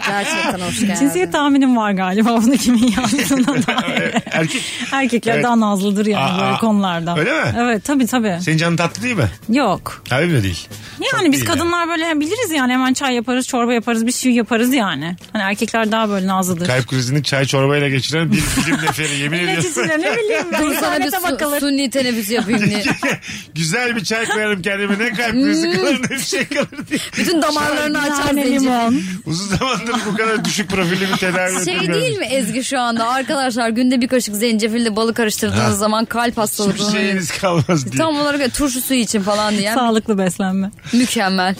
D: Gerçekten hoş geldin.
E: Cinsiyet tahminim var galiba bunu kimin yaptığına dair.
C: Ee, Erkek.
E: Erkekler
C: Evet.
E: daha nazlıdır yani
C: Aa,
E: böyle konularda.
C: öyle mi?
E: Evet tabii tabii.
C: Senin canın tatlı değil mi?
E: Yok.
C: Tabii mi değil?
E: Yani biz
C: değil
E: kadınlar böyle biliriz yani hemen çay yaparız, çorba yaparız, bir şey yaparız yani. Hani erkekler daha böyle nazlıdır.
C: Kalp krizini çay çorbayla geçiren bir bilim neferi yemin ediyorum.
E: İlaççısıyla ne bileyim ben.
D: Dur sana bir
E: İnternete
D: su,
E: bakılır.
D: sunni teneffüs yapayım diye.
C: Güzel bir çay koyarım kendime ne kalp
E: Hmm.
C: krizi kalır ne bir şey kalır diye.
D: Bütün damarlarını
E: Bir
D: açar
E: tane
D: zincir.
E: limon.
C: Uzun zamandır bu kadar düşük profilli bir tedavi
D: Şey
C: görmedim.
D: değil mi Ezgi şu anda arkadaşlar günde bir kaşık zencefille balı karıştırdığınız
C: Ha.
D: zaman kalp
C: Hiçbir
D: hastalığı
C: şeyiniz kalmaz diye.
D: Tam olarak öyle, turşu suyu için falan diye.
E: Sağlıklı beslenme.
D: Mükemmel.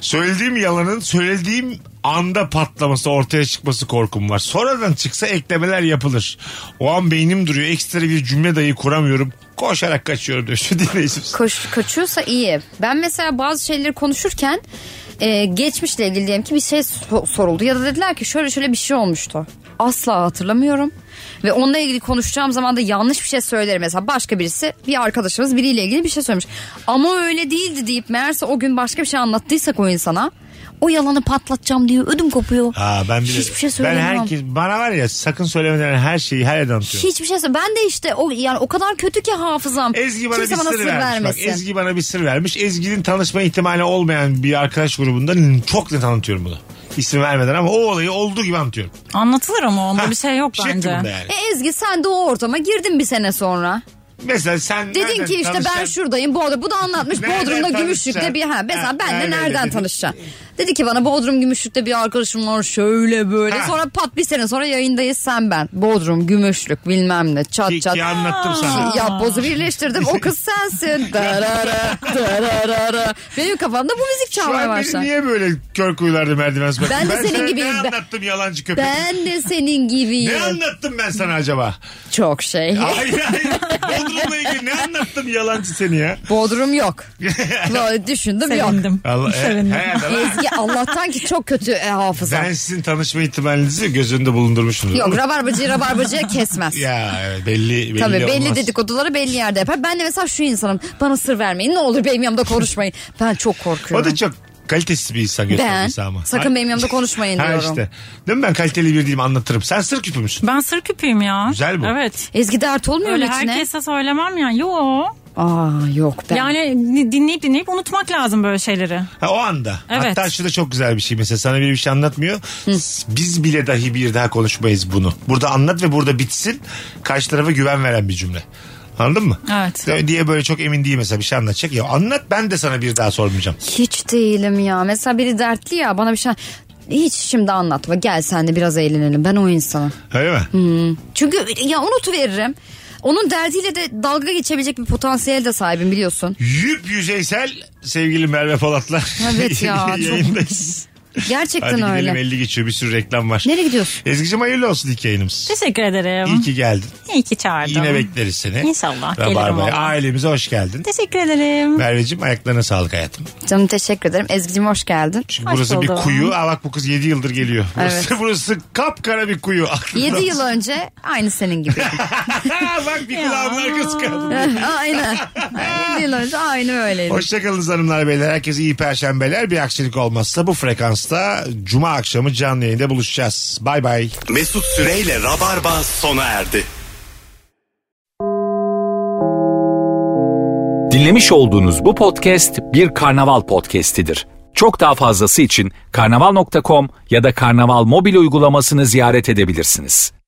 C: Söylediğim yalanın söylediğim anda patlaması ortaya çıkması korkum var. Sonradan çıksa eklemeler yapılır. O an beynim duruyor. Ekstra bir cümle dahi kuramıyorum. Koşarak kaçıyorum diyor şu dinleyicimiz.
D: Koş, kaçıyorsa iyi. Ben mesela bazı şeyleri konuşurken e, geçmişle ilgili diyelim ki bir şey so- soruldu ya da dediler ki şöyle şöyle bir şey olmuştu. Asla hatırlamıyorum. Ve onunla ilgili konuşacağım zaman da yanlış bir şey söylerim. Mesela başka birisi bir arkadaşımız biriyle ilgili bir şey söylemiş. Ama öyle değildi deyip meğerse o gün başka bir şey anlattıysak o insana o yalanı patlatacağım diye ödüm kopuyor.
C: Aa, ben bile,
D: Hiçbir şey
C: ben
D: söyleyemem.
C: herkes bana var ya sakın söyleme denen her şeyi her yerden atıyorum.
D: Hiçbir şey söyle. Ben de işte o yani o kadar kötü ki hafızam.
C: Ezgi bana
D: Kimse
C: bir
D: bana
C: sır
D: sır
C: vermiş. Bak,
D: vermesin.
C: Ezgi bana bir sır vermiş. Ezgi'nin tanışma ihtimali olmayan bir arkadaş grubundan çok net anlatıyorum bunu. İsim vermeden ama o olayı olduğu gibi anlatıyorum.
E: Anlatılır ama onda
C: Ha,
E: bir şey yok
C: yok
E: bence.
C: bunda yani.
D: E Ezgi sen de o ortama girdin bir sene sonra.
C: Mesela sen
D: Dedin
C: nereden
D: ki işte ben
C: tanışsan-
D: şuradayım Bodrum. Bu da anlatmış.
C: Nereden
D: Bodrum'da
C: tanışacaksın?
D: Gümüşlük'te bir ha. Mesela
C: Ha,
D: benle
C: aynen
D: nereden
C: dedin.
D: tanışacaksın? Dedi ki bana Bodrum Gümüşlük'te bir arkadaşım var şöyle böyle.
C: Ha.
D: Sonra pat bir sene sonra yayındayız sen ben. Bodrum, Gümüşlük bilmem ne çat
C: Ki,
D: çat.
C: ki anlattım sana.
D: Ki Yapbozu birleştirdim. O kız sensin. Darara, darara. Benim kafamda bu müzik
C: Şu
D: çalmaya
C: an beni
D: başlar.
C: niye böyle kör kuyularda merdiven sıkıyor?
D: Ben de senin
C: sana
D: gibiyim.
C: Ne
D: Ben-
C: anlattım yalancı köpek?
D: Ben de senin gibiyim.
C: Ne anlattım ben sana acaba?
D: Çok şey.
C: hayır hayır. Bodrum'la ilgili ne anlattım yalancı seni ya?
D: Bodrum yok. Böyle Düşündüm yok.
E: Sevindim.
C: Allah, he-
E: Sevindim.
C: e, he- he-
D: Ezgi Allah'tan ki çok kötü e, hafıza.
C: ben sizin tanışma ihtimalinizi göz önünde bulundurmuşum.
D: Yok rabarbacıyı rabarbacıya kesmez.
C: Ya evet, belli belli
D: Tabii belli
C: olmaz.
D: dedikoduları belli yerde yapar. Ben de mesela şu insanım. Bana sır vermeyin. Ne olur benim yanımda konuşmayın. Ben çok
C: O
D: korkuyorum.
C: da çok kalitesiz bir insan
D: ben
C: göstergesi ama.
D: sakın benim yanımda konuşmayın
C: Ha
D: diyorum.
C: işte. Değil mi ben kaliteli bir değilim anlatırım. Sen sır küpü müsün?
E: Ben sır küpüyüm ya.
C: Güzel bu.
E: Evet.
D: Ezgi dert olmuyor
E: Öyle
D: mu içine?
E: herkese söylemem ya. Yo.
D: Aa yok ben.
E: Yani din- dinleyip dinleyip unutmak lazım böyle şeyleri.
C: Ha, o anda.
E: Evet.
C: Hatta şu da çok güzel bir şey mesela sana biri bir şey anlatmıyor. Biz bile dahi bir daha konuşmayız bunu. Burada anlat ve burada bitsin. Karşı tarafa güven veren bir cümle. Anladın mı?
E: Evet.
C: Ya Diye böyle çok emin değil mesela bir şey anlatacak. Ya anlat ben de sana bir daha sormayacağım.
D: Hiç değilim ya. Mesela biri dertli ya bana bir şey... Hiç şimdi anlatma. Gel sen de biraz eğlenelim. Ben o insanım.
C: Öyle mi?
D: Çünkü ya unutuveririm. Onun derdiyle de dalga geçebilecek bir potansiyel de sahibim biliyorsun.
C: Yüp yüzeysel sevgili Merve Polat'la.
D: Evet ya, çok-
C: yayındayız.
D: Gerçekten
C: Hadi
D: öyle.
C: gidelim 50 geçiyor bir sürü reklam var.
D: Nereye gidiyorsun?
C: Ezgi'cim hayırlı olsun ilk yayınımız.
E: Teşekkür ederim.
C: İyi ki geldin.
E: İyi ki çağırdın.
C: Yine bekleriz seni.
E: İnşallah, gelirim
C: Rabarba'ya.
E: valla.
C: Ailemize hoş geldin.
E: Teşekkür ederim.
C: Merveciğim ayaklarına sağlık hayatım.
D: Canım teşekkür ederim. Ezgi'cim hoş geldin.
C: Çünkü
E: Hoş
C: burası bir
E: buldum.
C: kuyu. Aa bak bu kız 7 yıldır geliyor. Burası,
D: Evet.
C: burası kapkara bir kuyu.
D: 7 yıl önce aynı senin gibi.
C: bak bir kulağımın arkası kaldı.
D: Aynen. 7 yıl önce aynı öyleydi.
C: Hoşçakalınız hanımlar beyler. Herkese iyi perşembeler. Bir aksilik olmazsa bu frekansta cuma akşamı canlı yayında buluşacağız. Bay bay.
B: Mesut Süreyle Rabarba sona erdi.
A: Dinlemiş olduğunuz bu podcast bir karnaval podcastidir. Çok daha fazlası için karnaval.com ya da karnaval mobil uygulamasını ziyaret edebilirsiniz.